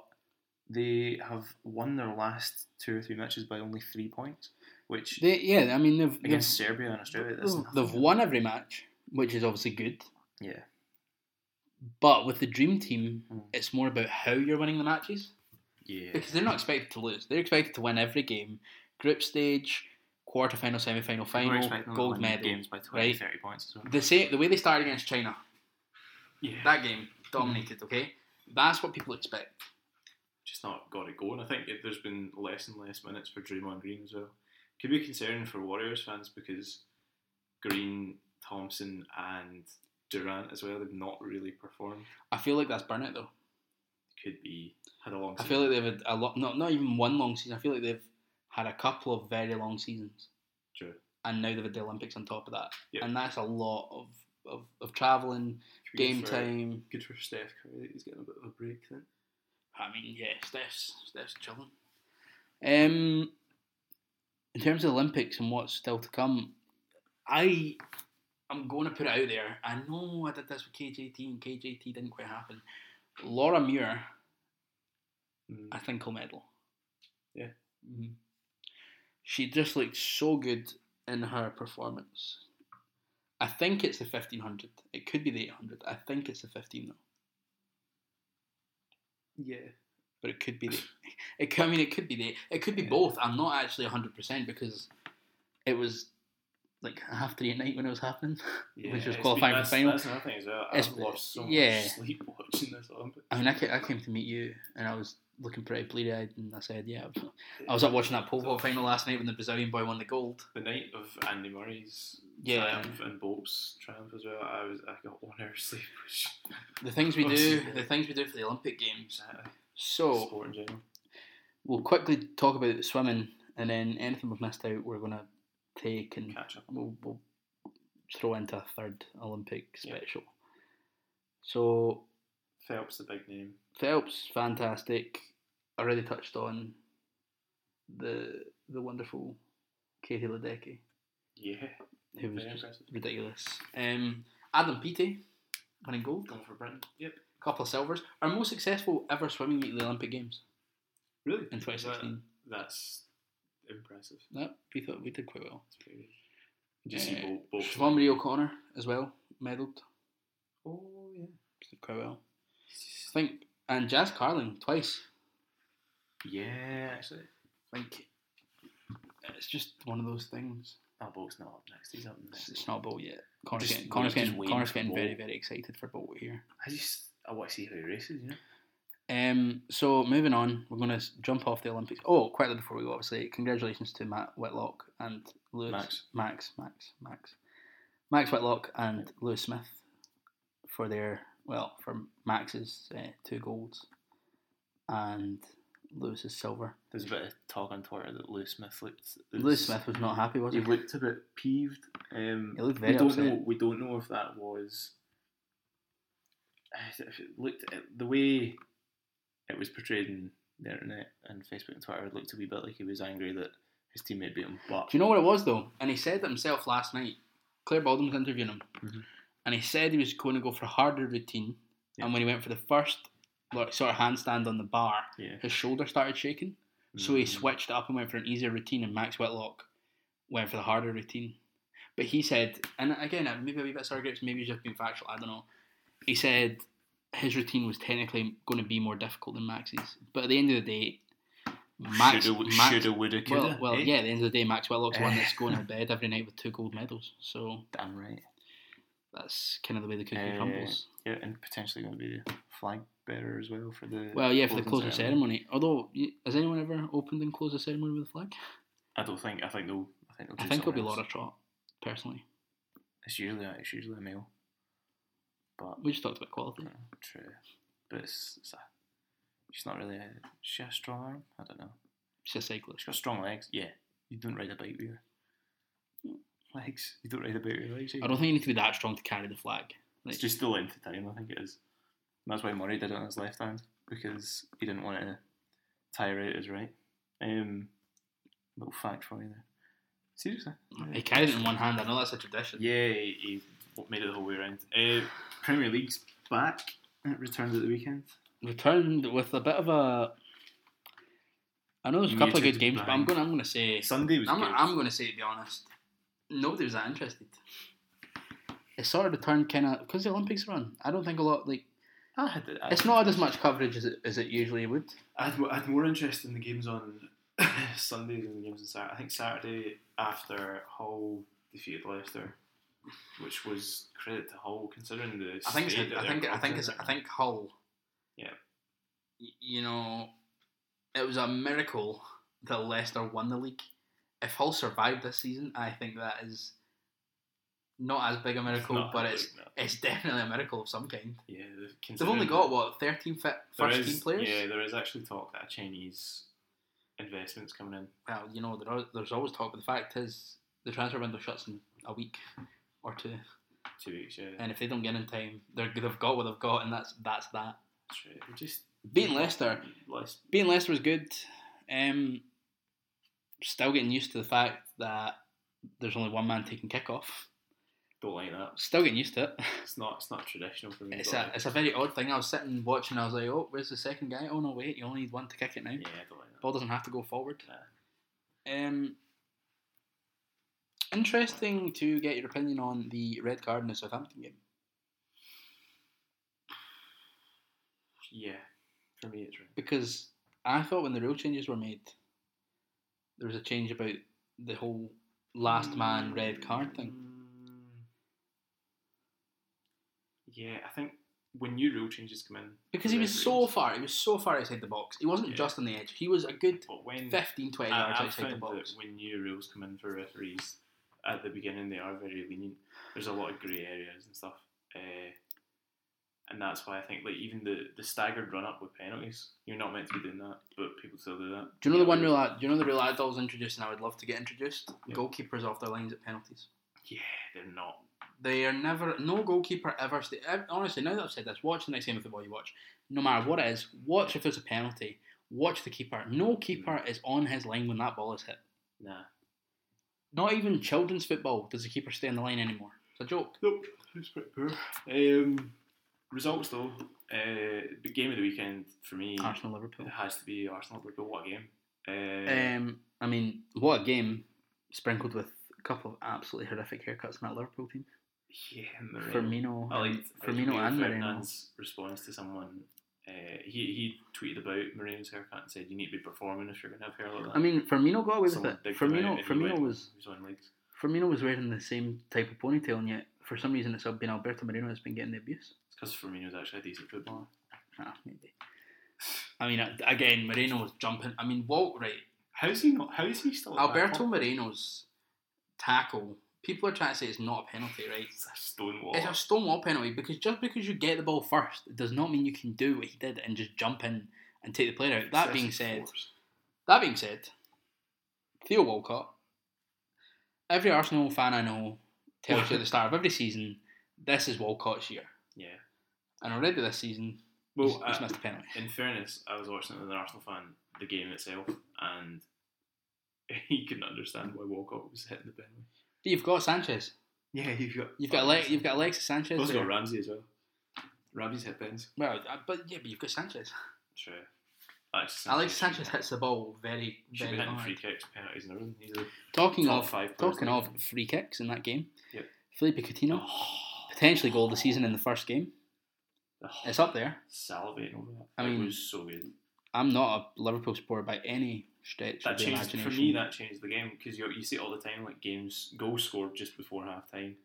Speaker 2: they have won their last two or three matches by only three points, which
Speaker 1: They, yeah, I mean they've
Speaker 2: against
Speaker 1: they've,
Speaker 2: Serbia and Australia. That's
Speaker 1: they've,
Speaker 2: nothing.
Speaker 1: they've won every match, which is obviously good.
Speaker 2: Yeah.
Speaker 1: But with the dream team,
Speaker 2: Mm.
Speaker 1: it's more about how you're winning the matches
Speaker 2: Yeah.
Speaker 1: because they're not expected to lose. They're expected to win every game, group stage, quarter final, semi final,
Speaker 2: We're
Speaker 1: final,
Speaker 2: expecting them to
Speaker 1: gold
Speaker 2: win
Speaker 1: medal.
Speaker 2: games by 20,
Speaker 1: right?
Speaker 2: 30 points as well.
Speaker 1: The same, the way they started against China,
Speaker 2: Yeah.
Speaker 1: that game dominated. Okay, that's what people expect.
Speaker 2: just not got it going. I think it, there's been less and less minutes for Draymond Green as well. Could be concerning for Warriors fans because Green, Thompson, and Durant as well, they've not really performed.
Speaker 1: I feel like that's burnout though.
Speaker 2: Could be had a long
Speaker 1: I
Speaker 2: season.
Speaker 1: feel like they've had a lot, not not even one long season. I feel like they've had a couple of very long seasons,
Speaker 2: True.
Speaker 1: and now they've had the Olympics on top of that,
Speaker 2: Yeah.
Speaker 1: and that's a lot of of, of traveling,
Speaker 2: Could be
Speaker 1: game
Speaker 2: good for-
Speaker 1: time.
Speaker 2: Good for Steph Curry that he's getting a bit of a break then.
Speaker 1: I mean, yeah, Steph's Steph's chilling. Um, in terms of Olympics and what's still to come, I I'm going to put it out there. I know I did this with KJT and KJT didn't quite happen. Laura Muir, I
Speaker 2: Mm.
Speaker 1: think, will medal.
Speaker 2: Yeah.
Speaker 1: Mhm. She just looked so good in her performance. I think it's the 1500. It could be the 800. I think it's the 15 though.
Speaker 2: Yeah.
Speaker 1: but it could be the. It could, I mean, it could be the. It could be
Speaker 2: Yeah.
Speaker 1: both. I'm not actually hundred percent because it was like half three at night when it was happening.
Speaker 2: Yeah,
Speaker 1: Which was
Speaker 2: it's been-
Speaker 1: qualifying for
Speaker 2: that's,
Speaker 1: final.
Speaker 2: That's another thing as well.
Speaker 1: It's-
Speaker 2: I've lost so
Speaker 1: yeah.
Speaker 2: much sleep watching this Olympics.
Speaker 1: I mean, I came, I came to meet you and I was looking pretty bleary eyed, and I said, "Yeah." I was up watching that pole vault final last night when the Brazilian boy won the gold. Um,
Speaker 2: The night of Andy Murray's
Speaker 1: Yeah.
Speaker 2: triumph and Bolt's triumph as well. I was I got one hour sleep, which
Speaker 1: The things we do,
Speaker 2: Possibly.
Speaker 1: the things we do for the Olympic Games.
Speaker 2: exactly
Speaker 1: So
Speaker 2: sport in general.
Speaker 1: we'll quickly talk about the swimming, and then anything we've missed out, we're gonna take and
Speaker 2: Catch up.
Speaker 1: we'll, we'll throw into a third Olympic
Speaker 2: Yeah.
Speaker 1: special. So
Speaker 2: Phelps the big name.
Speaker 1: Phelps, fantastic. Already touched on the the wonderful Katie Ledecky,
Speaker 2: Yeah.
Speaker 1: who was
Speaker 2: Very
Speaker 1: just
Speaker 2: impressive.
Speaker 1: ridiculous. Um, Adam Peaty winning gold,
Speaker 2: Going for Britain. Yep.
Speaker 1: couple of silvers, our most successful ever swimming meet at the Olympic Games
Speaker 2: Really?
Speaker 1: in 2016.
Speaker 2: That's impressive.
Speaker 1: No, we thought we did quite well.
Speaker 2: It's pretty good. Did you
Speaker 1: Yeah.
Speaker 2: see Bolt? Bolt
Speaker 1: Siobhan Marie O'Connor as well medalled
Speaker 2: Oh yeah.
Speaker 1: She did quite well. I think and Jazz Carling twice.
Speaker 2: Yeah, actually.
Speaker 1: I think it's just one of those things.
Speaker 2: Oh, Bolt's not up next. He's up
Speaker 1: It's,
Speaker 2: next.
Speaker 1: it's not Bolt yet. Connor's
Speaker 2: Just-
Speaker 1: getting, Connor's
Speaker 2: we're just
Speaker 1: getting,
Speaker 2: waiting
Speaker 1: Connor's
Speaker 2: for
Speaker 1: getting very,
Speaker 2: Bolt.
Speaker 1: very excited for Bolt here.
Speaker 2: I just I want to see how he races. You know.
Speaker 1: Um, so moving on, we're going to jump off the Olympics. Oh, quickly before we go, obviously, congratulations to Matt Whitlock and Lewis
Speaker 2: Max.
Speaker 1: Max, Max, Max, Max Whitlock and Lewis Smith for their well for Max's uh, two golds and Lewis's silver.
Speaker 2: There's a bit of talk on Twitter that Lewis Smith looked.
Speaker 1: Lewis Smith was not happy, was
Speaker 2: He
Speaker 1: he?
Speaker 2: looked a bit peeved. Um,
Speaker 1: He looked
Speaker 2: we
Speaker 1: very
Speaker 2: don't
Speaker 1: upset.
Speaker 2: know. We don't know if that was. If it looked at the way it was portrayed in the internet and Facebook and Twitter, it looked a wee bit like he was angry that his teammate beat him. But
Speaker 1: Do you know what it was though? And he said it himself last night. Claire Baldwin was interviewing him,
Speaker 2: Mhm.
Speaker 1: and he said he was going to go for a harder routine. And
Speaker 2: Yeah.
Speaker 1: when he went for the first like, sort of handstand on the bar,
Speaker 2: yeah,
Speaker 1: his shoulder started shaking. So he
Speaker 2: Mm.
Speaker 1: switched it up and went for an easier routine, and Max Whitlock went for the harder routine. But he said, and again, uh, maybe a wee bit sour grapes, maybe he's just being factual, I don't know. He said his routine was technically going to be more difficult than Max's. But at the end of the day, Max.
Speaker 2: shoulda,
Speaker 1: Max-
Speaker 2: shoulda, woulda, coulda.
Speaker 1: well, well
Speaker 2: eh?
Speaker 1: yeah, at the end of the day, Max Whitlock's the one
Speaker 2: Eh.
Speaker 1: that's going to bed every night with two gold medals. So
Speaker 2: damn right.
Speaker 1: that's kind of the way the cookie
Speaker 2: Eh.
Speaker 1: crumbles.
Speaker 2: Yeah, and potentially going to be the flag bearer as well for the.
Speaker 1: Well, yeah, for the closing ceremony. Although, y- has anyone ever opened and closed a ceremony with a flag?
Speaker 2: I don't think. I think they'll. I think they'll. Do
Speaker 1: I think it'll be
Speaker 2: someone else.
Speaker 1: Laura Trot, personally.
Speaker 2: It's usually it's usually a male, but
Speaker 1: We just talked about quality.
Speaker 2: Mm, True, but it's, it's a, she's not really. A, is she a strong arm? I don't know.
Speaker 1: She's a cyclist.
Speaker 2: She's got strong legs. Yeah, you don't ride a bike with her legs. You don't ride a bike with your legs. do
Speaker 1: I
Speaker 2: you?
Speaker 1: don't think you need to be that strong to carry the flag. Like,
Speaker 2: It's just the length of time. I think it is. And that's why Murray did it on his left hand because he didn't want to tire out his right. Um, little fact for you there. Seriously.
Speaker 1: he carried it in one hand. I know that's a tradition.
Speaker 2: Yeah, he, he made it the whole way around. Uh, Premier League's back. It returns at the weekend.
Speaker 1: Returned with a bit of a. I know there's a couple of good
Speaker 2: Muted
Speaker 1: games, but I'm
Speaker 2: bang.
Speaker 1: going. I'm going to say.
Speaker 2: Sunday was
Speaker 1: I'm,
Speaker 2: good.
Speaker 1: I'm going to say to be honest, nobody was that interested. It sort of returned kind of because the Olympics are on. I don't think a lot like
Speaker 2: I had it. I
Speaker 1: it's not had as much coverage as it, as it usually would.
Speaker 2: I had, mo- I had more interest in the games on Sunday than the games on Saturday. I think Saturday after Hull defeated Leicester, which was credit to Hull considering the.
Speaker 1: I think it's,
Speaker 2: state that
Speaker 1: I
Speaker 2: their
Speaker 1: think I
Speaker 2: club's
Speaker 1: think
Speaker 2: in.
Speaker 1: it's, I think Hull.
Speaker 2: Yeah.
Speaker 1: y- You know, it was a miracle that Leicester won the league. If Hull survived this season, I think that is not as big a miracle,
Speaker 2: Not
Speaker 1: but
Speaker 2: Hull,
Speaker 1: it's
Speaker 2: no.
Speaker 1: it's definitely a miracle of some kind.
Speaker 2: yeah. the-
Speaker 1: They've only
Speaker 2: considering
Speaker 1: got what 13 fit
Speaker 2: there
Speaker 1: first
Speaker 2: is-
Speaker 1: team players.
Speaker 2: Yeah, there is actually talk that a Chinese investment's coming in.
Speaker 1: Well, you know, there are, there's always talk, but the fact is the transfer window shuts in a week or two,
Speaker 2: Two weeks, yeah.
Speaker 1: and if they don't get in time, they're, they've got what they've got, and that's that's that.
Speaker 2: That's right. We Just
Speaker 1: Beating Leicester,
Speaker 2: Leic-
Speaker 1: being Leicester was good. Um, still getting used to the fact that there's only one man taking kickoff.
Speaker 2: Don't like that.
Speaker 1: Still getting used to it.
Speaker 2: It's not. It's not traditional for me.
Speaker 1: It's
Speaker 2: but
Speaker 1: a,
Speaker 2: like-
Speaker 1: it's a very odd thing. I was sitting watching. I was like, oh, where's the second guy? Oh no, wait, you only need one to kick it now.
Speaker 2: yeah, I don't like that.
Speaker 1: Ball doesn't have to go forward. Um, interesting to get your opinion on the red card in the Southampton game.
Speaker 2: Yeah, For me, it's right.
Speaker 1: because I thought when the rule changes were made, there was a change about the whole last man red card thing.
Speaker 2: Mm. Yeah, I think when new rule changes come in,
Speaker 1: Because he was so far, he was so far outside the box. He wasn't
Speaker 2: Yeah.
Speaker 1: just on the edge. He was a good
Speaker 2: But when
Speaker 1: 15, 20
Speaker 2: I,
Speaker 1: yards
Speaker 2: I've
Speaker 1: outside the
Speaker 2: found that
Speaker 1: box.
Speaker 2: when new rules come in for referees, at the beginning they are very lenient. There's a lot of grey areas and stuff, uh, and that's why I think like even the, the staggered run up with penalties, you're not meant to be doing that, but people still do that.
Speaker 1: Do you know the
Speaker 2: Yeah,
Speaker 1: one
Speaker 2: we-
Speaker 1: rule? I, do you know the rule I was introduced, and I would love to get introduced?
Speaker 2: Yeah.
Speaker 1: Goalkeepers off their lines at penalties.
Speaker 2: Yeah, they're not.
Speaker 1: They are never. No goalkeeper ever. St- ev- honestly, now that I've said this, watch the next game of football you watch. No matter what it is, watch if there's a penalty. Watch the keeper. No
Speaker 2: Mm.
Speaker 1: keeper is on his line when that ball is hit.
Speaker 2: Nah.
Speaker 1: Not even children's football does the keeper stay on the line anymore. It's a joke.
Speaker 2: Nope, it's pretty poor. Um, results though, uh, the game of the weekend for me
Speaker 1: Arsenal Liverpool.
Speaker 2: it has to be Arsenal Liverpool. What a game! Uh,
Speaker 1: Um, I mean, what a game sprinkled with a couple of absolutely horrific haircuts in that Liverpool team.
Speaker 2: yeah, Moreno.
Speaker 1: Firmino,
Speaker 2: I
Speaker 1: and-
Speaker 2: liked
Speaker 1: Firmino
Speaker 2: Rio
Speaker 1: and Moreno.
Speaker 2: Ferdinand's response to someone. Uh, he he tweeted about Moreno's haircut and said, "You need to be performing if you're going to have hair like that."
Speaker 1: I mean, Firmino got away with
Speaker 2: Someone
Speaker 1: it.
Speaker 2: digged him out
Speaker 1: Firmino,
Speaker 2: and he
Speaker 1: Firmino
Speaker 2: went,
Speaker 1: was
Speaker 2: he was on legs.
Speaker 1: Firmino was wearing the same type of ponytail, and yet for some reason it's been Alberto Moreno that's been getting the abuse.
Speaker 2: because Firmino's actually a decent footballer.
Speaker 1: Ah, maybe. I mean, again, Moreno was jumping. I mean, Walt, right?
Speaker 2: How is he not? How is he still? at
Speaker 1: Alberto
Speaker 2: Blackpool?
Speaker 1: Moreno's tackle. People are trying to say it's not a penalty, right?
Speaker 2: It's a stone wall.
Speaker 1: It's a stonewall penalty because just because you get the ball first it does not mean you can do what he did and just jump in and take the player out. That being said, that being said, Theo Walcott, every Arsenal fan I know tells you at the start of every season, this is Walcott's year.
Speaker 2: yeah.
Speaker 1: And already this season, he's,
Speaker 2: Well,
Speaker 1: he's
Speaker 2: uh,
Speaker 1: missed a penalty.
Speaker 2: in fairness, I was watching it with an Arsenal fan the game itself, and he couldn't understand why Walcott was hitting the penalty.
Speaker 1: But you've got Sanchez.
Speaker 2: Yeah, you've got
Speaker 1: You've got Ale- you've got Alexis Sanchez.
Speaker 2: also
Speaker 1: there.
Speaker 2: got Ramsey as well. Ramsey's hit pens.
Speaker 1: Well, uh, but yeah, but you've got Sanchez.
Speaker 2: True. Alex
Speaker 1: Alexis Sanchez hits the ball very,
Speaker 2: Should
Speaker 1: very
Speaker 2: be hitting free
Speaker 1: hard.
Speaker 2: kicks, penalties, and everything. He's a
Speaker 1: Talking
Speaker 2: top
Speaker 1: of
Speaker 2: five. players
Speaker 1: Talking
Speaker 2: in the
Speaker 1: of
Speaker 2: league.
Speaker 1: free kicks in that game,
Speaker 2: Yep.
Speaker 1: Felipe Coutinho, potentially goal of the season in the first game.
Speaker 2: Oh,
Speaker 1: It's up there.
Speaker 2: salivating over that.
Speaker 1: I
Speaker 2: I mean,
Speaker 1: mean,
Speaker 2: it was so good.
Speaker 1: I'm not a Liverpool supporter by any stretch
Speaker 2: That
Speaker 1: of the
Speaker 2: changed for
Speaker 1: imagination.
Speaker 2: me. That changed the game because you you see it all the time, like games goals scored just before half time,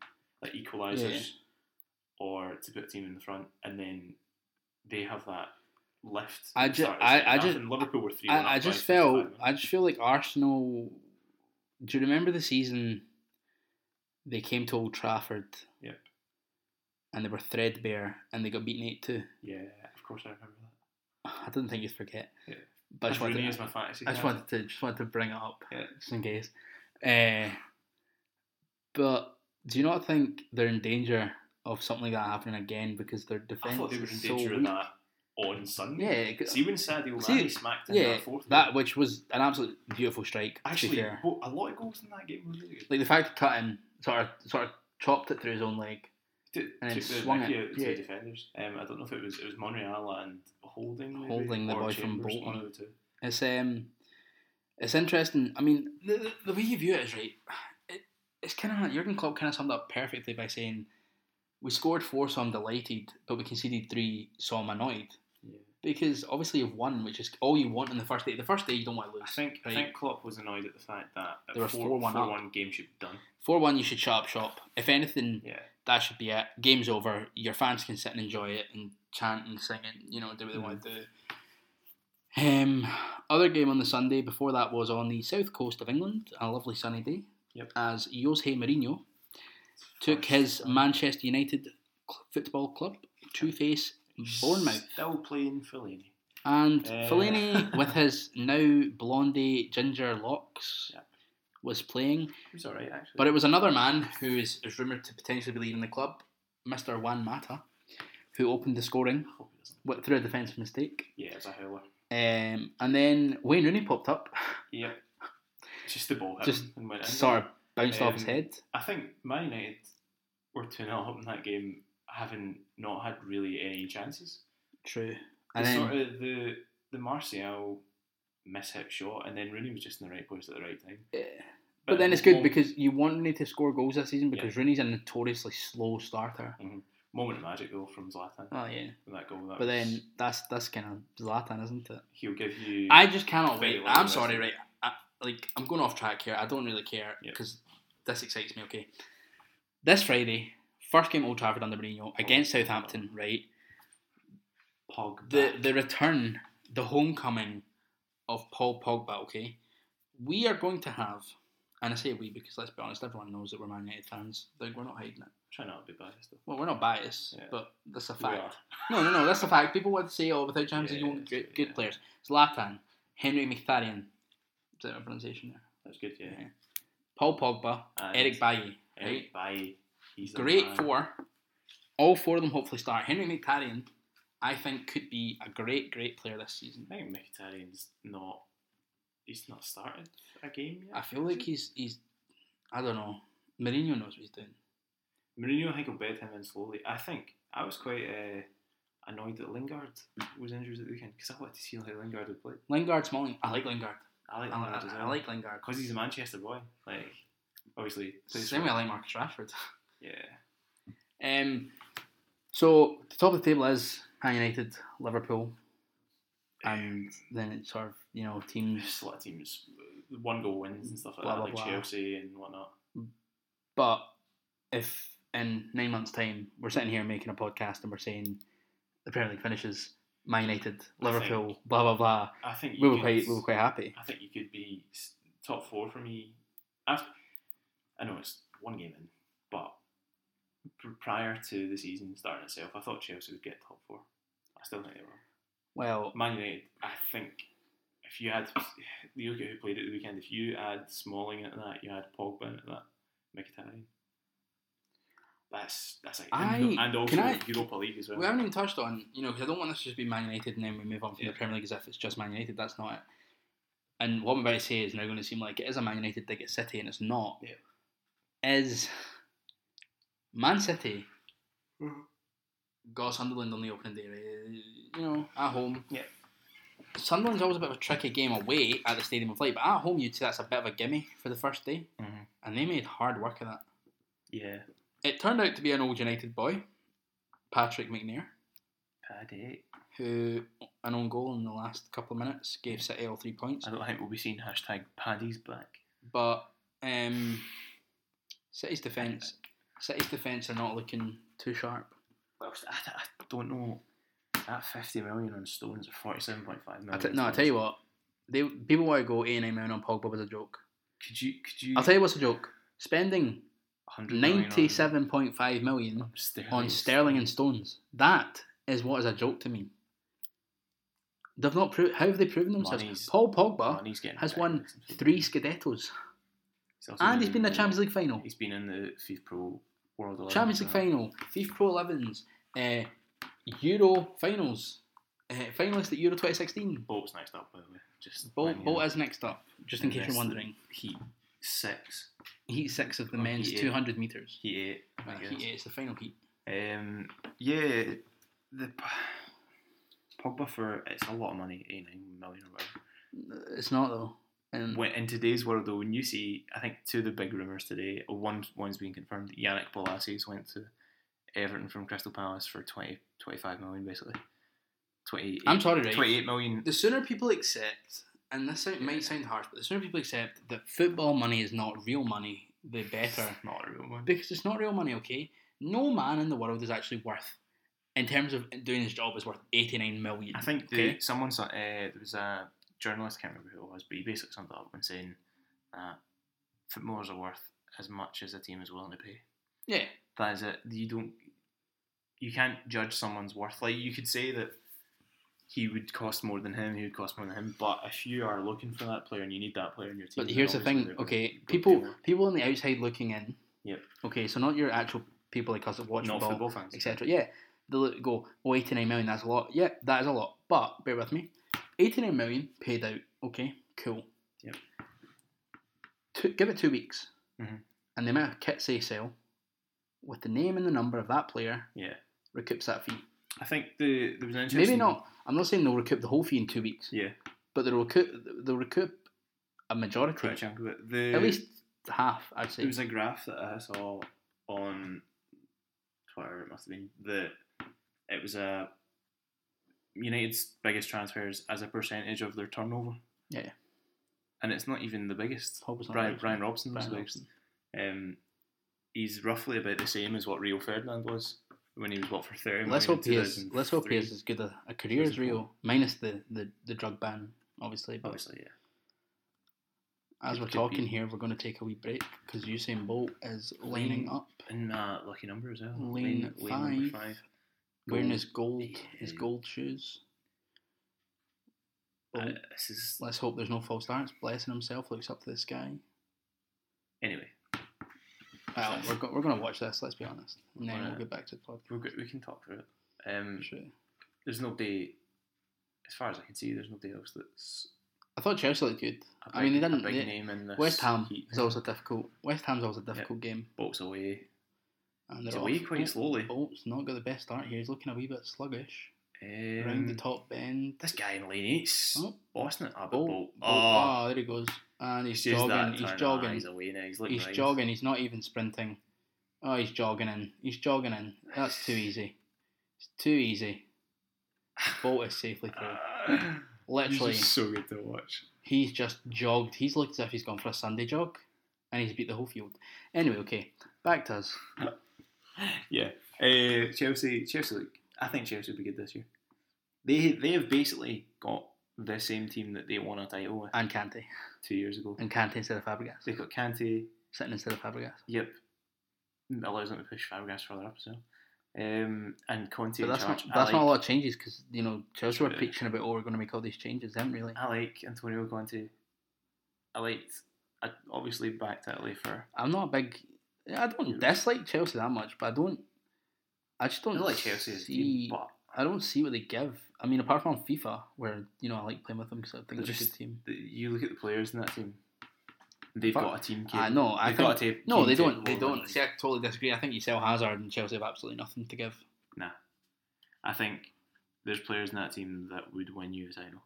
Speaker 2: like equalisers, or to put a team in the front, and then they have that lift.
Speaker 1: I
Speaker 2: at the
Speaker 1: ju-
Speaker 2: start of the
Speaker 1: I-
Speaker 2: second
Speaker 1: I
Speaker 2: half,
Speaker 1: just-
Speaker 2: and Liverpool were three.
Speaker 1: I, I just felt I just feel like Arsenal. Do you remember the season they came to Old Trafford?
Speaker 2: Yep.
Speaker 1: And they were threadbare, and they got beaten eight two.
Speaker 2: yeah, of course I remember that.
Speaker 1: I didn't think you'd forget.
Speaker 2: Yeah.
Speaker 1: But I just, wanted
Speaker 2: Rooney
Speaker 1: to,
Speaker 2: is my fantasy.
Speaker 1: I just
Speaker 2: captain.
Speaker 1: wanted to just wanted to bring it up
Speaker 2: Yeah.
Speaker 1: just in case. Uh, but do you not think they're in danger of something like that happening again because their defense
Speaker 2: I thought they were in
Speaker 1: is
Speaker 2: danger
Speaker 1: so
Speaker 2: of
Speaker 1: weak?
Speaker 2: that on Sunday.
Speaker 1: Yeah, it could-
Speaker 2: See when Sadio
Speaker 1: See,
Speaker 2: Mane smacked in
Speaker 1: yeah,
Speaker 2: that fourth.
Speaker 1: that
Speaker 2: goal.
Speaker 1: which was an absolute beautiful strike. Actually,
Speaker 2: actually well, a lot of goals in that game were really good.
Speaker 1: like the fact he cut in, sort of sort of chopped it through his own leg.
Speaker 2: Took-
Speaker 1: and then
Speaker 2: took uh, the
Speaker 1: swung
Speaker 2: Mickey
Speaker 1: it,
Speaker 2: out of the two
Speaker 1: yeah.
Speaker 2: defenders. Um, I don't know if it was it was Monreal and Holding. maybe,
Speaker 1: Holding, the
Speaker 2: or
Speaker 1: boy from
Speaker 2: Chambers,
Speaker 1: Bolton.
Speaker 2: One of the two.
Speaker 1: It's um, it's interesting. I mean, the the, the way you view it is right. It, it's kind of Jurgen Klopp kind of summed up perfectly by saying, "We scored four, so I'm delighted, but we conceded three, so I'm annoyed."
Speaker 2: Yeah.
Speaker 1: Because obviously you've won, which is all you want on the first day. The first day you don't want to
Speaker 2: I
Speaker 1: lose.
Speaker 2: think I
Speaker 1: Right.
Speaker 2: think Klopp was annoyed at the fact that
Speaker 1: They were
Speaker 2: a 4
Speaker 1: 4-1 up.
Speaker 2: 4-1 game should be done.
Speaker 1: Four one, you should shut up shop. If anything,
Speaker 2: Yeah,
Speaker 1: that should be it. Game's over. Your fans can sit and enjoy it and chant and sing and you know do what they want to
Speaker 2: Mm.
Speaker 1: do. Um, other game on the Sunday before that was on the south coast of England, a lovely sunny day.
Speaker 2: Yep.
Speaker 1: As Jose Mourinho took his Manchester United cl- football club to face Bournemouth,
Speaker 2: Still playing Fellaini.
Speaker 1: and
Speaker 2: Eh.
Speaker 1: Fellaini with his now blondie ginger locks
Speaker 2: Yep.
Speaker 1: was playing.
Speaker 2: He was all right actually.
Speaker 1: But it was another man who is, is rumoured to potentially be leaving the club, Mr. Juan Mata, who opened the scoring
Speaker 2: I hope he doesn't.
Speaker 1: wi- through a defensive mistake.
Speaker 2: Yeah, it was a howler.
Speaker 1: Um, and then Wayne Rooney popped up,
Speaker 2: Yep. Just the ball hit
Speaker 1: Just
Speaker 2: him and went in.
Speaker 1: sort of bounced off his
Speaker 2: Um,
Speaker 1: head.
Speaker 2: I think Man United were 2 0 up in that game, having not had really any chances.
Speaker 1: True. And
Speaker 2: And
Speaker 1: then, eh,
Speaker 2: sort of the the Martial mishit shot, and then Rooney was just in the right place at the right time.
Speaker 1: eh, but then it's good
Speaker 2: Mon-
Speaker 1: because you want Rooney to score goals this season because Rooney's a notoriously slow starter.
Speaker 2: Moment of magic though from Zlatan.
Speaker 1: Oh yeah.
Speaker 2: with That goal.
Speaker 1: But
Speaker 2: That was-
Speaker 1: then that's that's kind of Zlatan, isn't it?
Speaker 2: he'll give you.
Speaker 1: I just cannot
Speaker 2: Very
Speaker 1: wait.
Speaker 2: well
Speaker 1: I'm
Speaker 2: invested.
Speaker 1: sorry, right? I, like I'm going off track here. I don't really care
Speaker 2: Yeah.
Speaker 1: because this excites me. Okay, this Friday, first game at Old Trafford under
Speaker 2: Oh,
Speaker 1: Mourinho against Southampton. Right,
Speaker 2: Pog.
Speaker 1: the the return, the homecoming of Paul Pogba. Okay, we are going to have, and I say we because let's be honest, everyone knows that we're Man United fans. Like we're not hiding it.
Speaker 2: Try not to be biased though.
Speaker 1: Well, we're not biased,
Speaker 2: Yeah.
Speaker 1: but that's a
Speaker 2: We are.
Speaker 1: fact. No, no, no, that's a fact. People would say, "Oh, without James, you won't
Speaker 2: Yeah,
Speaker 1: get good
Speaker 2: yeah.
Speaker 1: players." Zlatan, Henry Mkhitaryan. Is that my pronunciation there?
Speaker 2: That's good. Yeah.
Speaker 1: Yeah. Paul Pogba,
Speaker 2: And
Speaker 1: Eric Bailly.
Speaker 2: Eric Bailly. Uh, He's the
Speaker 1: Great
Speaker 2: man.
Speaker 1: four. All four of them hopefully start. Henry Mkhitaryan, I think, could be a great, great player this season.
Speaker 2: I think Mkhitaryan's not. He's not started a game yet.
Speaker 1: I feel like he's he's I don't know. Mourinho knows what he's doing.
Speaker 2: Mourinho, I think, will bed him in slowly. I think I was quite uh, annoyed that Lingard was injured at the weekend because I wanted to see how Lingard would play.
Speaker 1: Lingard's smiling. I like Lingard.
Speaker 2: I like
Speaker 1: I,
Speaker 2: Lingard
Speaker 1: I-
Speaker 2: as
Speaker 1: I
Speaker 2: well.
Speaker 1: like Lingard.
Speaker 2: because he's a Manchester boy. Like, obviously, plays
Speaker 1: Same
Speaker 2: for-
Speaker 1: way I like Marcus Rashford.
Speaker 2: Yeah,
Speaker 1: Um, so the top of the table is Man United, Liverpool, and then it's sort of you know teams,
Speaker 2: there's a lot of teams. uh, One goal wins and stuff like
Speaker 1: Blah,
Speaker 2: that,
Speaker 1: blah,
Speaker 2: like
Speaker 1: blah.
Speaker 2: Chelsea and whatnot.
Speaker 1: but if in nine months' time we're sitting here making a podcast and we're saying the Premier League finishes, Man United,
Speaker 2: I think-
Speaker 1: Liverpool, blah blah blah,
Speaker 2: I think
Speaker 1: we
Speaker 2: you
Speaker 1: were
Speaker 2: could,
Speaker 1: quite we were quite happy.
Speaker 2: I think you could be s- top four for me. After, I know it's one game in, but pr- prior to the season starting itself, I thought Chelsea would get top four. I still think they will.
Speaker 1: Well,
Speaker 2: Man United, I think if you had you look at who played at the weekend, if you add Smalling into that, you add Pogba into that, Mkhitaryan. That's that's like and,
Speaker 1: I-
Speaker 2: and also
Speaker 1: can I-
Speaker 2: Europa League as well.
Speaker 1: we haven't even touched on you know 'cause I don't want this to just be Man United and then we move on from
Speaker 2: Yeah.
Speaker 1: the Premier League as if it's just Man United. That's not it. And what I'm about to say is now going to seem like it is a Man United dig at City, and it's not.
Speaker 2: Yeah.
Speaker 1: Is Man City
Speaker 2: Mhm.
Speaker 1: got Sunderland on the opening day? right? You know, at home.
Speaker 2: Yeah.
Speaker 1: Sunderland's always a bit of a tricky game away at the Stadium of Light, but at home you'd say that's a bit of a gimme for the first day,
Speaker 2: Mhm.
Speaker 1: and they made hard work of that.
Speaker 2: yeah,
Speaker 1: It turned out to be an old United boy, Patrick McNair
Speaker 2: Paddy.
Speaker 1: who an own goal in the last couple of minutes gave City all three points.
Speaker 2: I don't think we'll be seeing hashtag Paddy's back.
Speaker 1: But um, City's defence, City's defence are not looking too sharp.
Speaker 2: Well, I, I don't know. That fifty million on Stones or forty-seven point five million.
Speaker 1: I t- no, I tell you what, they people want to go eighty nine million on Pogba was a joke.
Speaker 2: Could you could you?
Speaker 1: I'll tell you what's a joke. Spending
Speaker 2: 100 million on-
Speaker 1: ninety seven point five million
Speaker 2: on Sterling.
Speaker 1: on Sterling and Stones. That is what is a joke to me. They've not proved. How have they proven themselves?
Speaker 2: Money's-
Speaker 1: Paul Pogba
Speaker 2: Man, he's getting
Speaker 1: has
Speaker 2: back.
Speaker 1: won three Scudettos,
Speaker 2: He's also
Speaker 1: and he's been in the
Speaker 2: in-
Speaker 1: Champions League final.
Speaker 2: He's been in the FIFA Pro World 11.
Speaker 1: Champions League final, FIFA Pro 11s, uh, Euro finals, uh, finalist at Euro 2016.
Speaker 2: Bolt's next up, by the way. Just
Speaker 1: Bolt,
Speaker 2: letting you
Speaker 1: Bolt
Speaker 2: know.
Speaker 1: is next up, just in
Speaker 2: And
Speaker 1: case
Speaker 2: that's
Speaker 1: you're wondering.
Speaker 2: Heat six,
Speaker 1: Heat six of the
Speaker 2: Oh,
Speaker 1: men's
Speaker 2: heat eight.
Speaker 1: 200 metres.
Speaker 2: heat eight. I
Speaker 1: Right,
Speaker 2: guess.
Speaker 1: heat eight, Uh, it's the final heat.
Speaker 2: Um, yeah, the P- Pogba for it's a lot of money, eighty nine million or whatever.
Speaker 1: It's not though. And
Speaker 2: When, in today's world, though, when you see, I think two of the big rumours today, one one's being confirmed. Yannick Bolasis went to Everton from Crystal Palace for 20, 25 million, basically. 28,
Speaker 1: I'm sorry, right?
Speaker 2: 28 million.
Speaker 1: The sooner people accept, and this sound, might sound harsh, but the sooner people accept that football money is not real money, the better.
Speaker 2: Not a real one.
Speaker 1: because it's not real money, okay? No man in the world is actually worth, in terms of doing his job, is worth 89 million.
Speaker 2: I think the,
Speaker 1: okay?
Speaker 2: someone saw, uh, there was a journalist, can't remember who it was, but he basically summed it up when saying that footballers are worth as much as a team is willing to pay.
Speaker 1: Yeah.
Speaker 2: That is it. You don't, you can't judge someone's worth. Like you could say that he would cost more than him, he would cost more than him. But if you are looking for that player and you need that player in your team,
Speaker 1: But
Speaker 2: then
Speaker 1: here's the
Speaker 2: obviously
Speaker 1: thing,
Speaker 2: they're gonna
Speaker 1: okay?
Speaker 2: go
Speaker 1: People,
Speaker 2: pay more.
Speaker 1: people on the outside looking in.
Speaker 2: Yep.
Speaker 1: Okay, so not your actual people like us that watch
Speaker 2: not
Speaker 1: football,
Speaker 2: football fans,
Speaker 1: etc. Yeah, they look, go, oh, 89 million, that's a lot. Yeah, that is a lot. But bear with me, 89 million paid out. Okay, cool.
Speaker 2: Yep.
Speaker 1: Two, give it two weeks,
Speaker 2: Mhm.
Speaker 1: and the amount of kits they sell, with the name and the number of that player,
Speaker 2: Yeah,
Speaker 1: recoups that fee.
Speaker 2: I think the there was an
Speaker 1: Maybe
Speaker 2: interesting.
Speaker 1: not. I'm not saying they'll recoup the whole fee in two weeks,
Speaker 2: Yeah,
Speaker 1: but they'll recoup, they'll recoup a majority,
Speaker 2: quite a chunk of it. The,
Speaker 1: at least half. I'd say.
Speaker 2: There was a graph that I saw on whatever it must have been. The it was a United's biggest transfers as a percentage of their turnover.
Speaker 1: Yeah.
Speaker 2: And it's not even the biggest.
Speaker 1: Hope it's not
Speaker 2: Brian,
Speaker 1: Robson.
Speaker 2: Brian Robson was
Speaker 1: Brian
Speaker 2: the biggest.
Speaker 1: Robson.
Speaker 2: Um, he's roughly about the same as what Rio Ferdinand was when he was what for thirty.
Speaker 1: Let's
Speaker 2: million
Speaker 1: hope
Speaker 2: in
Speaker 1: he is. Let's hope he
Speaker 2: 2003.
Speaker 1: is as good a, a career as Rio, minus the, the, the drug ban, obviously. But
Speaker 2: Obviously, yeah.
Speaker 1: as we're
Speaker 2: could be.
Speaker 1: talking here, we're going to take a wee break because Usain Bolt is lining
Speaker 2: Lane-
Speaker 1: up,
Speaker 2: And uh, lucky number as well.
Speaker 1: Lane
Speaker 2: number
Speaker 1: five. wearing his gold his
Speaker 2: Yeah.
Speaker 1: gold shoes.
Speaker 2: Uh,
Speaker 1: Bolt,
Speaker 2: this is
Speaker 1: let's hope there's no false starts. Blessing himself, looks up to the sky.
Speaker 2: anyway.
Speaker 1: Well, we're, go- we're going to watch this. Let's be honest, and then we'll
Speaker 2: Alright.
Speaker 1: get back to the podcast.
Speaker 2: We'll, get- we can talk through it. Um,
Speaker 1: Sure.
Speaker 2: there's no day, as far as I can see, there's nobody else that's.
Speaker 1: I thought Chelsea looked good.
Speaker 2: A big,
Speaker 1: I mean, they
Speaker 2: a
Speaker 1: didn't-
Speaker 2: big
Speaker 1: they-
Speaker 2: name in this.
Speaker 1: West Ham
Speaker 2: heat.
Speaker 1: is always a difficult. West Ham's always a difficult game,
Speaker 2: Bolts away.
Speaker 1: and
Speaker 2: It's
Speaker 1: they're
Speaker 2: away
Speaker 1: off.
Speaker 2: quite
Speaker 1: Bolt-
Speaker 2: slowly.
Speaker 1: Bolt's not got the best start here. He's looking a wee bit sluggish around the
Speaker 2: Um,
Speaker 1: top bend.
Speaker 2: this guy in lane eight's
Speaker 1: Oh.
Speaker 2: Boston. Ah, but
Speaker 1: Bolt,
Speaker 2: Bolt.
Speaker 1: Bolt.
Speaker 2: Oh,
Speaker 1: Ah, there he goes, and
Speaker 2: he's
Speaker 1: he's
Speaker 2: just that
Speaker 1: jogging. He's
Speaker 2: turn. Ah,
Speaker 1: jogging.
Speaker 2: he's away now. He's, looking
Speaker 1: He's
Speaker 2: right.
Speaker 1: jogging. He's not even sprinting. Oh, he's jogging in. He's jogging in. That's too easy. It's too easy. Bolt is safely through.
Speaker 2: Ah,
Speaker 1: Literally,
Speaker 2: He's just so good to watch.
Speaker 1: he's just jogged. He's looked as if he's gone for a Sunday jog, and he's beat the whole field. Anyway, okay, back to us.
Speaker 2: Yeah. Uh, Chelsea. Chelsea. Look, I think Chelsea will be good this year. They they have basically got the same team that they won a title with
Speaker 1: And Kante.
Speaker 2: two years ago.
Speaker 1: And Kante instead of Fabregas.
Speaker 2: They've got Kante,
Speaker 1: Sitting instead of Fabregas.
Speaker 2: Yep. Mm, Allows them to push Fabregas further up as well. Um, and Conte
Speaker 1: But
Speaker 2: in
Speaker 1: that's not,
Speaker 2: charge. I
Speaker 1: that's
Speaker 2: like,
Speaker 1: not a lot of changes because, you know, Chelsea were
Speaker 2: Yeah.
Speaker 1: preaching about, oh, we're going to make all these changes. They haven't really.
Speaker 2: I like Antonio Conte. I liked. I obviously backed Italy for.
Speaker 1: I'm not a big. I don't dislike Chelsea that much, but I don't. I just
Speaker 2: I
Speaker 1: don't
Speaker 2: like Chelsea as a
Speaker 1: see-
Speaker 2: team, but
Speaker 1: I don't see what they give. I mean, apart from FIFA, where you know I like playing with them because I think
Speaker 2: They're
Speaker 1: it's a
Speaker 2: just-
Speaker 1: good team.
Speaker 2: the, you look at the players in that team. They've
Speaker 1: Fuck.
Speaker 2: got a team.
Speaker 1: I
Speaker 2: capable-
Speaker 1: know. I
Speaker 2: They've
Speaker 1: think
Speaker 2: got a team.
Speaker 1: no,
Speaker 2: team
Speaker 1: they don't. They
Speaker 2: capable of
Speaker 1: don't. See, I totally disagree. I think you sell Hazard and Chelsea have absolutely nothing to give.
Speaker 2: I think there's players in that team that would win you a title.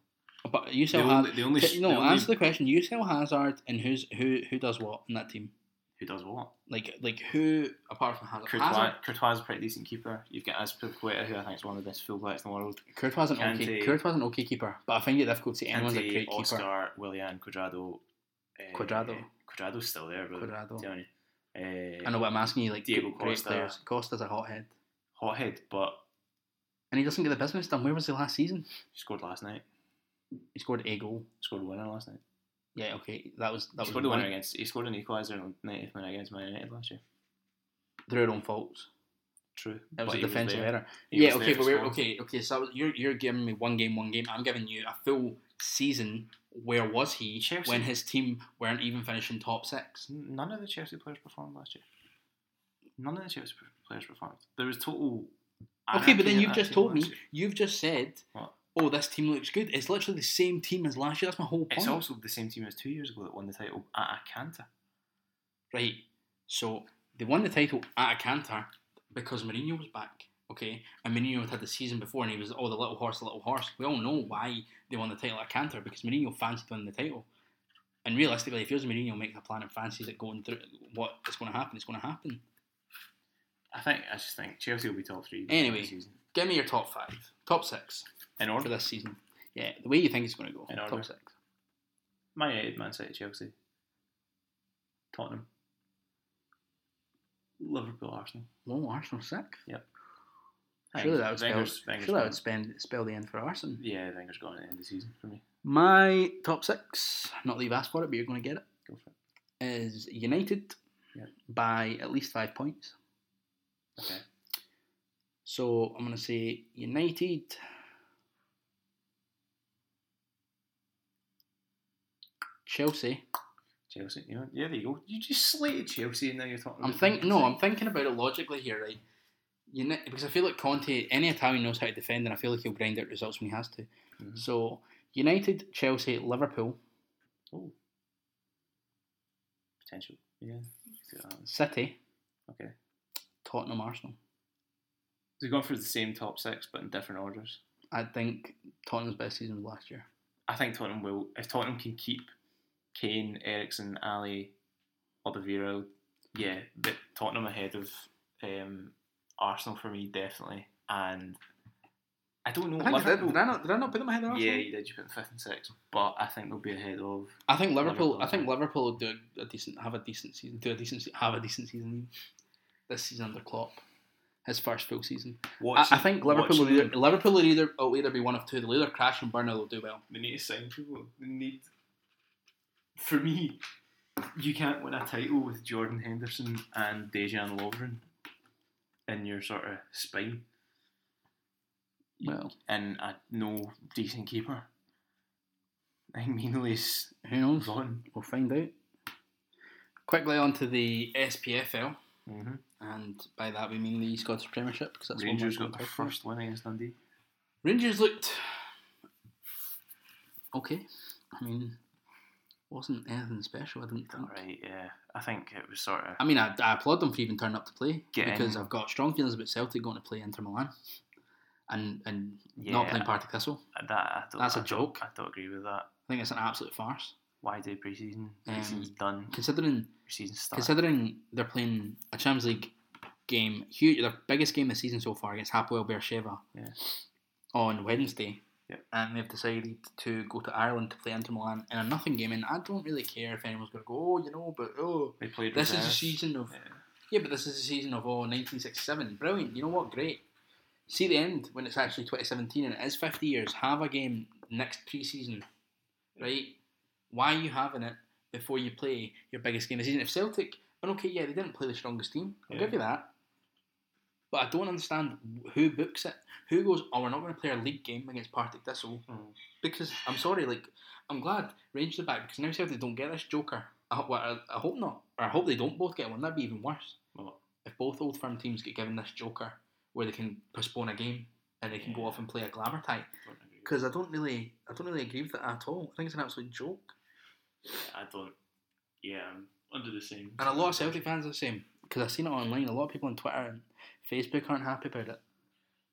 Speaker 1: But you
Speaker 2: The
Speaker 1: sell Hazard.
Speaker 2: only, the only,
Speaker 1: no,
Speaker 2: the only-
Speaker 1: answer the question. You sell Hazard, and who's who? Who does what in that team?
Speaker 2: who does what?
Speaker 1: Like, like who apart from Hazard?
Speaker 2: Courtois,
Speaker 1: Hazard
Speaker 2: Courtois is a pretty decent keeper. You've got Azpilicueta, who I think is one of the best fullbacks in the world.
Speaker 1: Courtois an okay.
Speaker 2: Kante.
Speaker 1: Courtois an okay keeper, but I find it difficult to say anyone's a
Speaker 2: Kante,
Speaker 1: great keeper.
Speaker 2: Oscar, Willian, Quadrado. eh,
Speaker 1: Quadrado.
Speaker 2: Quadrado's still there, really. I'm
Speaker 1: Quadrado.
Speaker 2: telling you. Eh,
Speaker 1: I know what I'm asking you. Like
Speaker 2: Diego
Speaker 1: great
Speaker 2: Costa.
Speaker 1: players. Costa's a hothead,
Speaker 2: Hothead, but
Speaker 1: and he doesn't get the business done. Where was he last season?
Speaker 2: scored last night.
Speaker 1: He scored a goal.
Speaker 2: Scored a winner last night.
Speaker 1: Yeah, okay, that was that
Speaker 2: he
Speaker 1: was
Speaker 2: scored a winner
Speaker 1: one-
Speaker 2: against. He scored an equaliser in the 90th minute against Man United last year.
Speaker 1: their own faults.
Speaker 2: True.
Speaker 1: That was
Speaker 2: but
Speaker 1: a
Speaker 2: he
Speaker 1: defensive
Speaker 2: there.
Speaker 1: error.
Speaker 2: He
Speaker 1: yeah,
Speaker 2: was
Speaker 1: okay,
Speaker 2: there
Speaker 1: but
Speaker 2: for
Speaker 1: we're
Speaker 2: Scotland.
Speaker 1: okay, okay. So that was- you're you're giving me one game, one game. I'm giving you a full season. Where was he
Speaker 2: Chelsea.
Speaker 1: when his team weren't even finishing top six?
Speaker 2: None of the Chelsea players performed last year. None of the Chelsea players performed. There was total.
Speaker 1: Okay, but
Speaker 2: anarchy
Speaker 1: then
Speaker 2: in
Speaker 1: you've
Speaker 2: that
Speaker 1: just
Speaker 2: team
Speaker 1: told
Speaker 2: last
Speaker 1: me
Speaker 2: year.
Speaker 1: you've just said,
Speaker 2: What?
Speaker 1: oh, this team looks good. It's literally the same team as last year. That's my whole point.
Speaker 2: It's also the same team as two years ago that won the title at Acanta.
Speaker 1: Right. So they won the title at a canter because Mourinho was back. Okay, and Mourinho had had the season before, and he was oh the little horse, the little horse. We all know why they won the title at Cantor because Mourinho fancied winning the title. And realistically, if here's Mourinho makes a plan and fancies it going through, what is going to happen? It's going to happen.
Speaker 2: I think I just think Chelsea will be top three.
Speaker 1: Anyway.
Speaker 2: this season.
Speaker 1: Give me your top five, top six
Speaker 2: in
Speaker 1: for
Speaker 2: order:
Speaker 1: this season. Yeah, the way you think it's going to go.
Speaker 2: In order.
Speaker 1: top six.
Speaker 2: Man United, Man City, Chelsea, Tottenham, Liverpool, Arsenal.
Speaker 1: Well, Arsenal six.
Speaker 2: I
Speaker 1: Surely
Speaker 2: think
Speaker 1: that would spell.
Speaker 2: Wenger's- Wenger's
Speaker 1: Surely that
Speaker 2: gone.
Speaker 1: would spend, spell the end for Arsenal.
Speaker 2: Yeah, Wenger's gone at the end of the season for me.
Speaker 1: My top six. Not that you've asked for it, but you're going to get it.
Speaker 2: Go for it.
Speaker 1: is United
Speaker 2: Yeah.
Speaker 1: by at least five points.
Speaker 2: Okay.
Speaker 1: So I'm going to say United. Chelsea.
Speaker 2: Chelsea, you know, yeah, there you go. You just slated Chelsea and now you're talking.
Speaker 1: I'm
Speaker 2: about
Speaker 1: think
Speaker 2: Man
Speaker 1: no,
Speaker 2: City.
Speaker 1: I'm thinking about it logically here, right? Uni- because I feel like Conte, any Italian knows how to defend, and I feel like he'll grind out results when he has to.
Speaker 2: Mhm.
Speaker 1: So United, Chelsea, Liverpool,
Speaker 2: Oh. Potential. Yeah. See what happens.
Speaker 1: City,
Speaker 2: Okay.
Speaker 1: Tottenham, Arsenal.
Speaker 2: So we've gone for the same top six, but in different orders.
Speaker 1: I think Tottenham's best season was last year.
Speaker 2: I think Tottenham will. If Tottenham can keep Kane, Ericsson, Ali, Oliveira, yeah, but Tottenham ahead of um,
Speaker 3: Arsenal for me definitely, and I don't know.
Speaker 1: I think, did,
Speaker 3: Liverpool-
Speaker 1: did, I not, did I not put them ahead of Arsenal?
Speaker 3: yeah, you did. You put them fifth and sixth, but I think they'll be ahead of.
Speaker 1: I think Liverpool.
Speaker 3: Liverpool,
Speaker 1: I think Liverpool will do a decent, have a decent season, do a decent, se- have a decent season this season under Klopp, his first full season. I, I
Speaker 3: Watching-
Speaker 1: think Liverpool will
Speaker 3: watching
Speaker 1: either
Speaker 3: them,
Speaker 1: Liverpool will either will either be one of two. They'll either crash and burn or they'll do well.
Speaker 3: They need to sign people. They need. For me, you can't win a title with Jordan Henderson and Dejan Lovren in your sort of spine,
Speaker 1: Well,
Speaker 3: and a no decent keeper. I think Minol's
Speaker 1: who knows?
Speaker 3: on.
Speaker 1: We'll find out. Quickly on to the SPFL,
Speaker 3: Mm-hmm.
Speaker 1: and by that we mean the Scottish Premiership because that's what
Speaker 3: Rangers
Speaker 1: we're
Speaker 3: got their
Speaker 1: talking about.
Speaker 3: first win against Dundee.
Speaker 1: Rangers looked okay. I mean, wasn't anything special. I didn't think.
Speaker 3: Right, yeah. I think it was sort of.
Speaker 1: I mean, I, I applaud them for even turning up to play
Speaker 3: Get in.
Speaker 1: because I've got strong feelings about Celtic going to play Inter Milan and and not
Speaker 3: Yeah.
Speaker 1: playing Partick Thistle.
Speaker 3: That, I don't,
Speaker 1: That's
Speaker 3: a
Speaker 1: a joke.
Speaker 3: I don't agree with that.
Speaker 1: I think it's an absolute farce.
Speaker 3: Why do preseason?
Speaker 1: Mm.
Speaker 3: Preseason's done.
Speaker 1: Considering
Speaker 3: Preseason starts.
Speaker 1: considering they're playing a Champions League game, huge their biggest game this season so far against Hapoel Beersheba
Speaker 3: Yeah.
Speaker 1: on Wednesday.
Speaker 3: Yeah.
Speaker 1: And they've decided to go to Ireland to play Inter Milan in a nothing game, and I don't really care if anyone's going to go, oh, you know, but oh,
Speaker 3: they played
Speaker 1: this is a
Speaker 3: reserves.
Speaker 1: season of
Speaker 3: Yeah.
Speaker 1: Yeah, but this is the season of all 1967. Brilliant. You know what? Great. See the end when it's actually 2017 and it is 50 years. Have a game next pre-season, right? Why are you having it before you play your biggest game of the season? If Celtic, and okay, yeah, they didn't play the strongest team. I'll
Speaker 3: Yeah.
Speaker 1: give you that. But I don't understand who books it. Who goes? Oh, we're not going to play our league game against Partick Thistle
Speaker 3: Mm.
Speaker 1: because I'm sorry. Like I'm glad Rangers are back because now Celtic don't get this joker. I, ho- well, I, I hope not. Or I hope they don't both get one. That'd be even worse
Speaker 3: Well,
Speaker 1: if both old firm teams get given this joker where they can postpone a game and they can go off and play a glamour tie
Speaker 3: don't agree with
Speaker 1: because I don't really I don't really agree with it at all I think it's an absolute joke
Speaker 3: that. I don't. Yeah, I'm under the same.
Speaker 1: and a lot of Celtic fans are the same because I've seen it online a lot of people on Twitter and Facebook aren't happy about it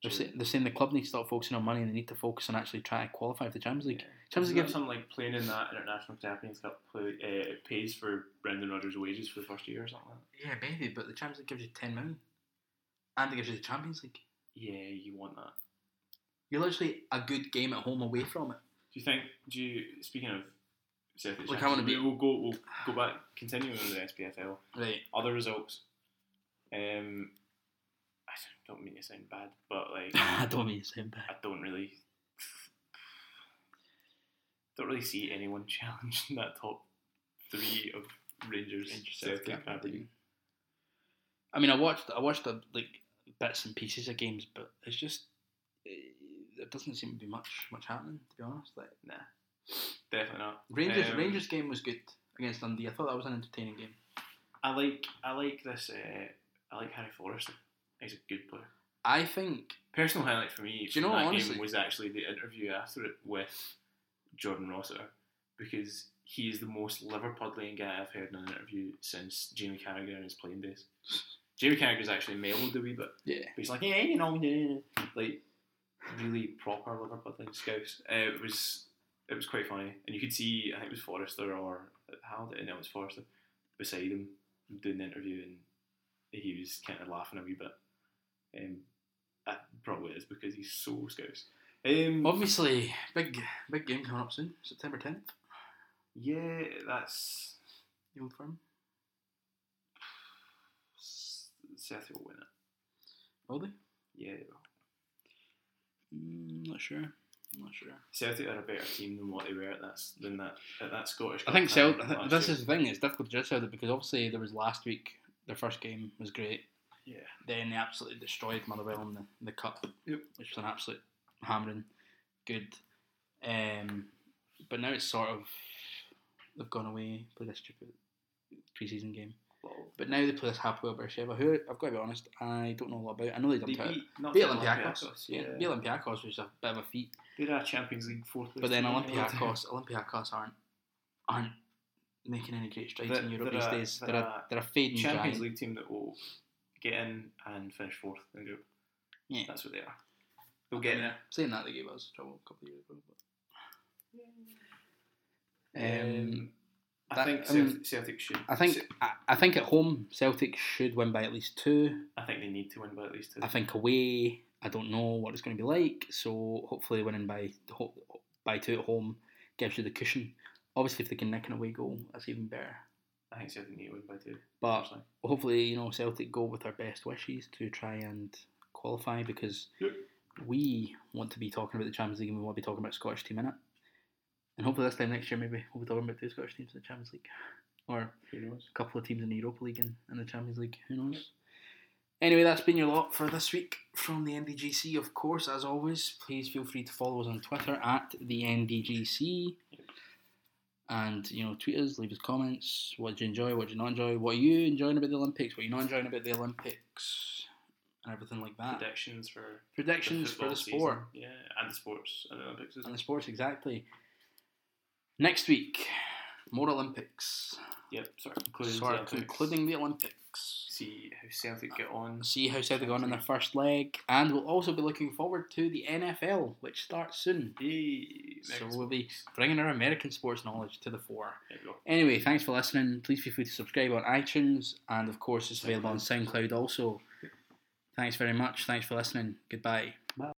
Speaker 1: they're, say, they're saying the club needs to stop focusing on money and they need to focus on actually trying to qualify for the Champions League Champions
Speaker 2: Isn't
Speaker 1: League
Speaker 2: that something like playing in that international champions cup play, uh, it pays for Brendan Rodgers' wages for the first year or something. like that.
Speaker 1: yeah maybe but the Champions League gives you 10 million and it gives you the Champions League
Speaker 2: Yeah, you want that.
Speaker 1: you're literally a good game at home away from it
Speaker 2: Do you think? Do you speaking of Celtic?
Speaker 1: Look, I
Speaker 2: Champions
Speaker 1: wanna
Speaker 2: League,
Speaker 1: be-
Speaker 2: We'll go. We'll go back. Continuing with the SPFL.
Speaker 1: right
Speaker 2: Other results. Um, I don't mean to sound bad, but like
Speaker 1: I don't mean to sound bad
Speaker 2: I don't really, don't really see anyone challenging that top three of Rangers, Celtic, and Aberdeen.
Speaker 1: I mean, I watched I watched the, like bits and pieces of games, but it's just eh, there doesn't seem to be much much happening to be honest. Like
Speaker 2: Definitely not.
Speaker 1: Rangers
Speaker 2: Um,
Speaker 1: Rangers game was good against Dundee. I thought that was an entertaining game.
Speaker 2: I like I like this. Uh, I like Harry Forrester. He's a good player.
Speaker 1: I think
Speaker 2: Personal highlight for me
Speaker 1: Do you know
Speaker 2: from
Speaker 1: what,
Speaker 2: that
Speaker 1: honestly-
Speaker 2: game was actually the interview after it with Jordan Rossiter because he is the most Liverpudlian guy I've heard in an interview since Jamie Carragher in his playing days. Jamie Carragher's actually mellowed a wee bit.
Speaker 1: Yeah.
Speaker 2: But he's like, yeah, you know, yeah, yeah, yeah." like really proper Liverpudlian scouse. Uh, it was it was quite funny, and you could see I think it was Forrester or how did it? No, it was Forrester beside him doing the interview, and he was kind of laughing a wee bit. Um, that probably is because he's so scouse. Um,
Speaker 1: obviously big big game coming up soon, September tenth,
Speaker 2: yeah, that's
Speaker 1: the old firm.
Speaker 2: Seth will win it.
Speaker 1: Will they?
Speaker 2: Yeah, they will.
Speaker 1: Mm, not sure. Not sure.
Speaker 2: Celtic are a better team than what they were at that than that at that Scottish.
Speaker 1: I
Speaker 2: Cup
Speaker 1: think
Speaker 2: final
Speaker 1: Celtic. I think
Speaker 2: last
Speaker 1: This
Speaker 2: year.
Speaker 1: is the thing. It's difficult to judge Celtic because obviously there was last week. Their first game was great.
Speaker 2: yeah.
Speaker 1: Then they absolutely destroyed Motherwell in the, in the cup,
Speaker 2: Yep.
Speaker 1: which was an absolute hammering. Good. Um, but now it's sort of they've gone away, played a stupid preseason game.
Speaker 2: Well,
Speaker 1: But now they play this Hapoel Beersheba, who I've got to be honest, I don't know a lot about. I know they
Speaker 2: they
Speaker 1: dumped out.
Speaker 2: beat, not
Speaker 1: Beat
Speaker 2: the
Speaker 1: Olympiakos, yeah.
Speaker 2: Yeah,
Speaker 1: Beat Olympiacos was a bit of a feat,
Speaker 2: they're a Champions League fourth.
Speaker 1: but then
Speaker 2: Olympiacos.
Speaker 1: Olympiacos, Olympiacos aren't aren't making any great strides
Speaker 2: They're-
Speaker 1: in Europe
Speaker 2: they're
Speaker 1: these
Speaker 2: a-
Speaker 1: days. They're,
Speaker 2: they're
Speaker 1: a,
Speaker 2: a
Speaker 1: they're a fading
Speaker 2: Champions
Speaker 1: giant.
Speaker 2: League team that will get in and finish fourth in the group.
Speaker 1: Yeah.
Speaker 2: That's what they are. They'll get in there.
Speaker 1: Saying that, they gave us trouble a couple of years ago. But.
Speaker 2: Um,
Speaker 1: That-
Speaker 4: I think
Speaker 1: I mean,
Speaker 4: Celtic, Celtic should.
Speaker 1: I think I, I think at home Celtic should win by at least two.
Speaker 4: I think they need to win by at least two.
Speaker 1: I think away I don't know what it's going to be like. So hopefully winning by ho- by two at home gives you the cushion. Obviously, if they can nick an away goal, that's even better.
Speaker 4: I think Celtic need to win by two.
Speaker 1: But
Speaker 4: personally.
Speaker 1: hopefully, you know, Celtic go with our best wishes to try and qualify because
Speaker 4: Yep.
Speaker 1: we want to be talking about the Champions League and we want to be talking about Scottish team in it. And hopefully, this time next year, maybe we'll be talking about two Scottish teams in the Champions League or a
Speaker 4: Who knows?
Speaker 1: couple of teams in the Europa League and, and the Champions League. Who knows? Anyway, that's been your lot for this week from the NDGC. Of course, as always, please feel free to follow us on Twitter at the NDGC. And you know, tweet us, leave us comments. What do you enjoy? What do you not enjoy? What are you enjoying about the Olympics? What are you not enjoying about the Olympics? And everything like that.
Speaker 4: Uh, Predictions for
Speaker 1: Predictions for
Speaker 4: football
Speaker 1: the sport
Speaker 4: season. Yeah, and the sports and the Olympics.
Speaker 1: and the sports exactly. Next week, more Olympics.
Speaker 4: Yep, sort of
Speaker 1: Sort
Speaker 4: concluding
Speaker 1: of
Speaker 4: the Olympics.
Speaker 1: Uh, concluding the Olympics.
Speaker 4: See how Celtic get on.
Speaker 1: see how Celtic go on in their first leg, and we'll also be looking forward to the NFL, which starts soon.
Speaker 4: Yay,
Speaker 1: So
Speaker 4: American
Speaker 1: we'll be
Speaker 4: sports.
Speaker 1: bringing our American sports knowledge to the fore.
Speaker 4: There we go.
Speaker 1: Anyway, thanks for listening. Please feel free to subscribe on iTunes, and of course, it's available on SoundCloud also. Thanks very much. Thanks for listening. Goodbye.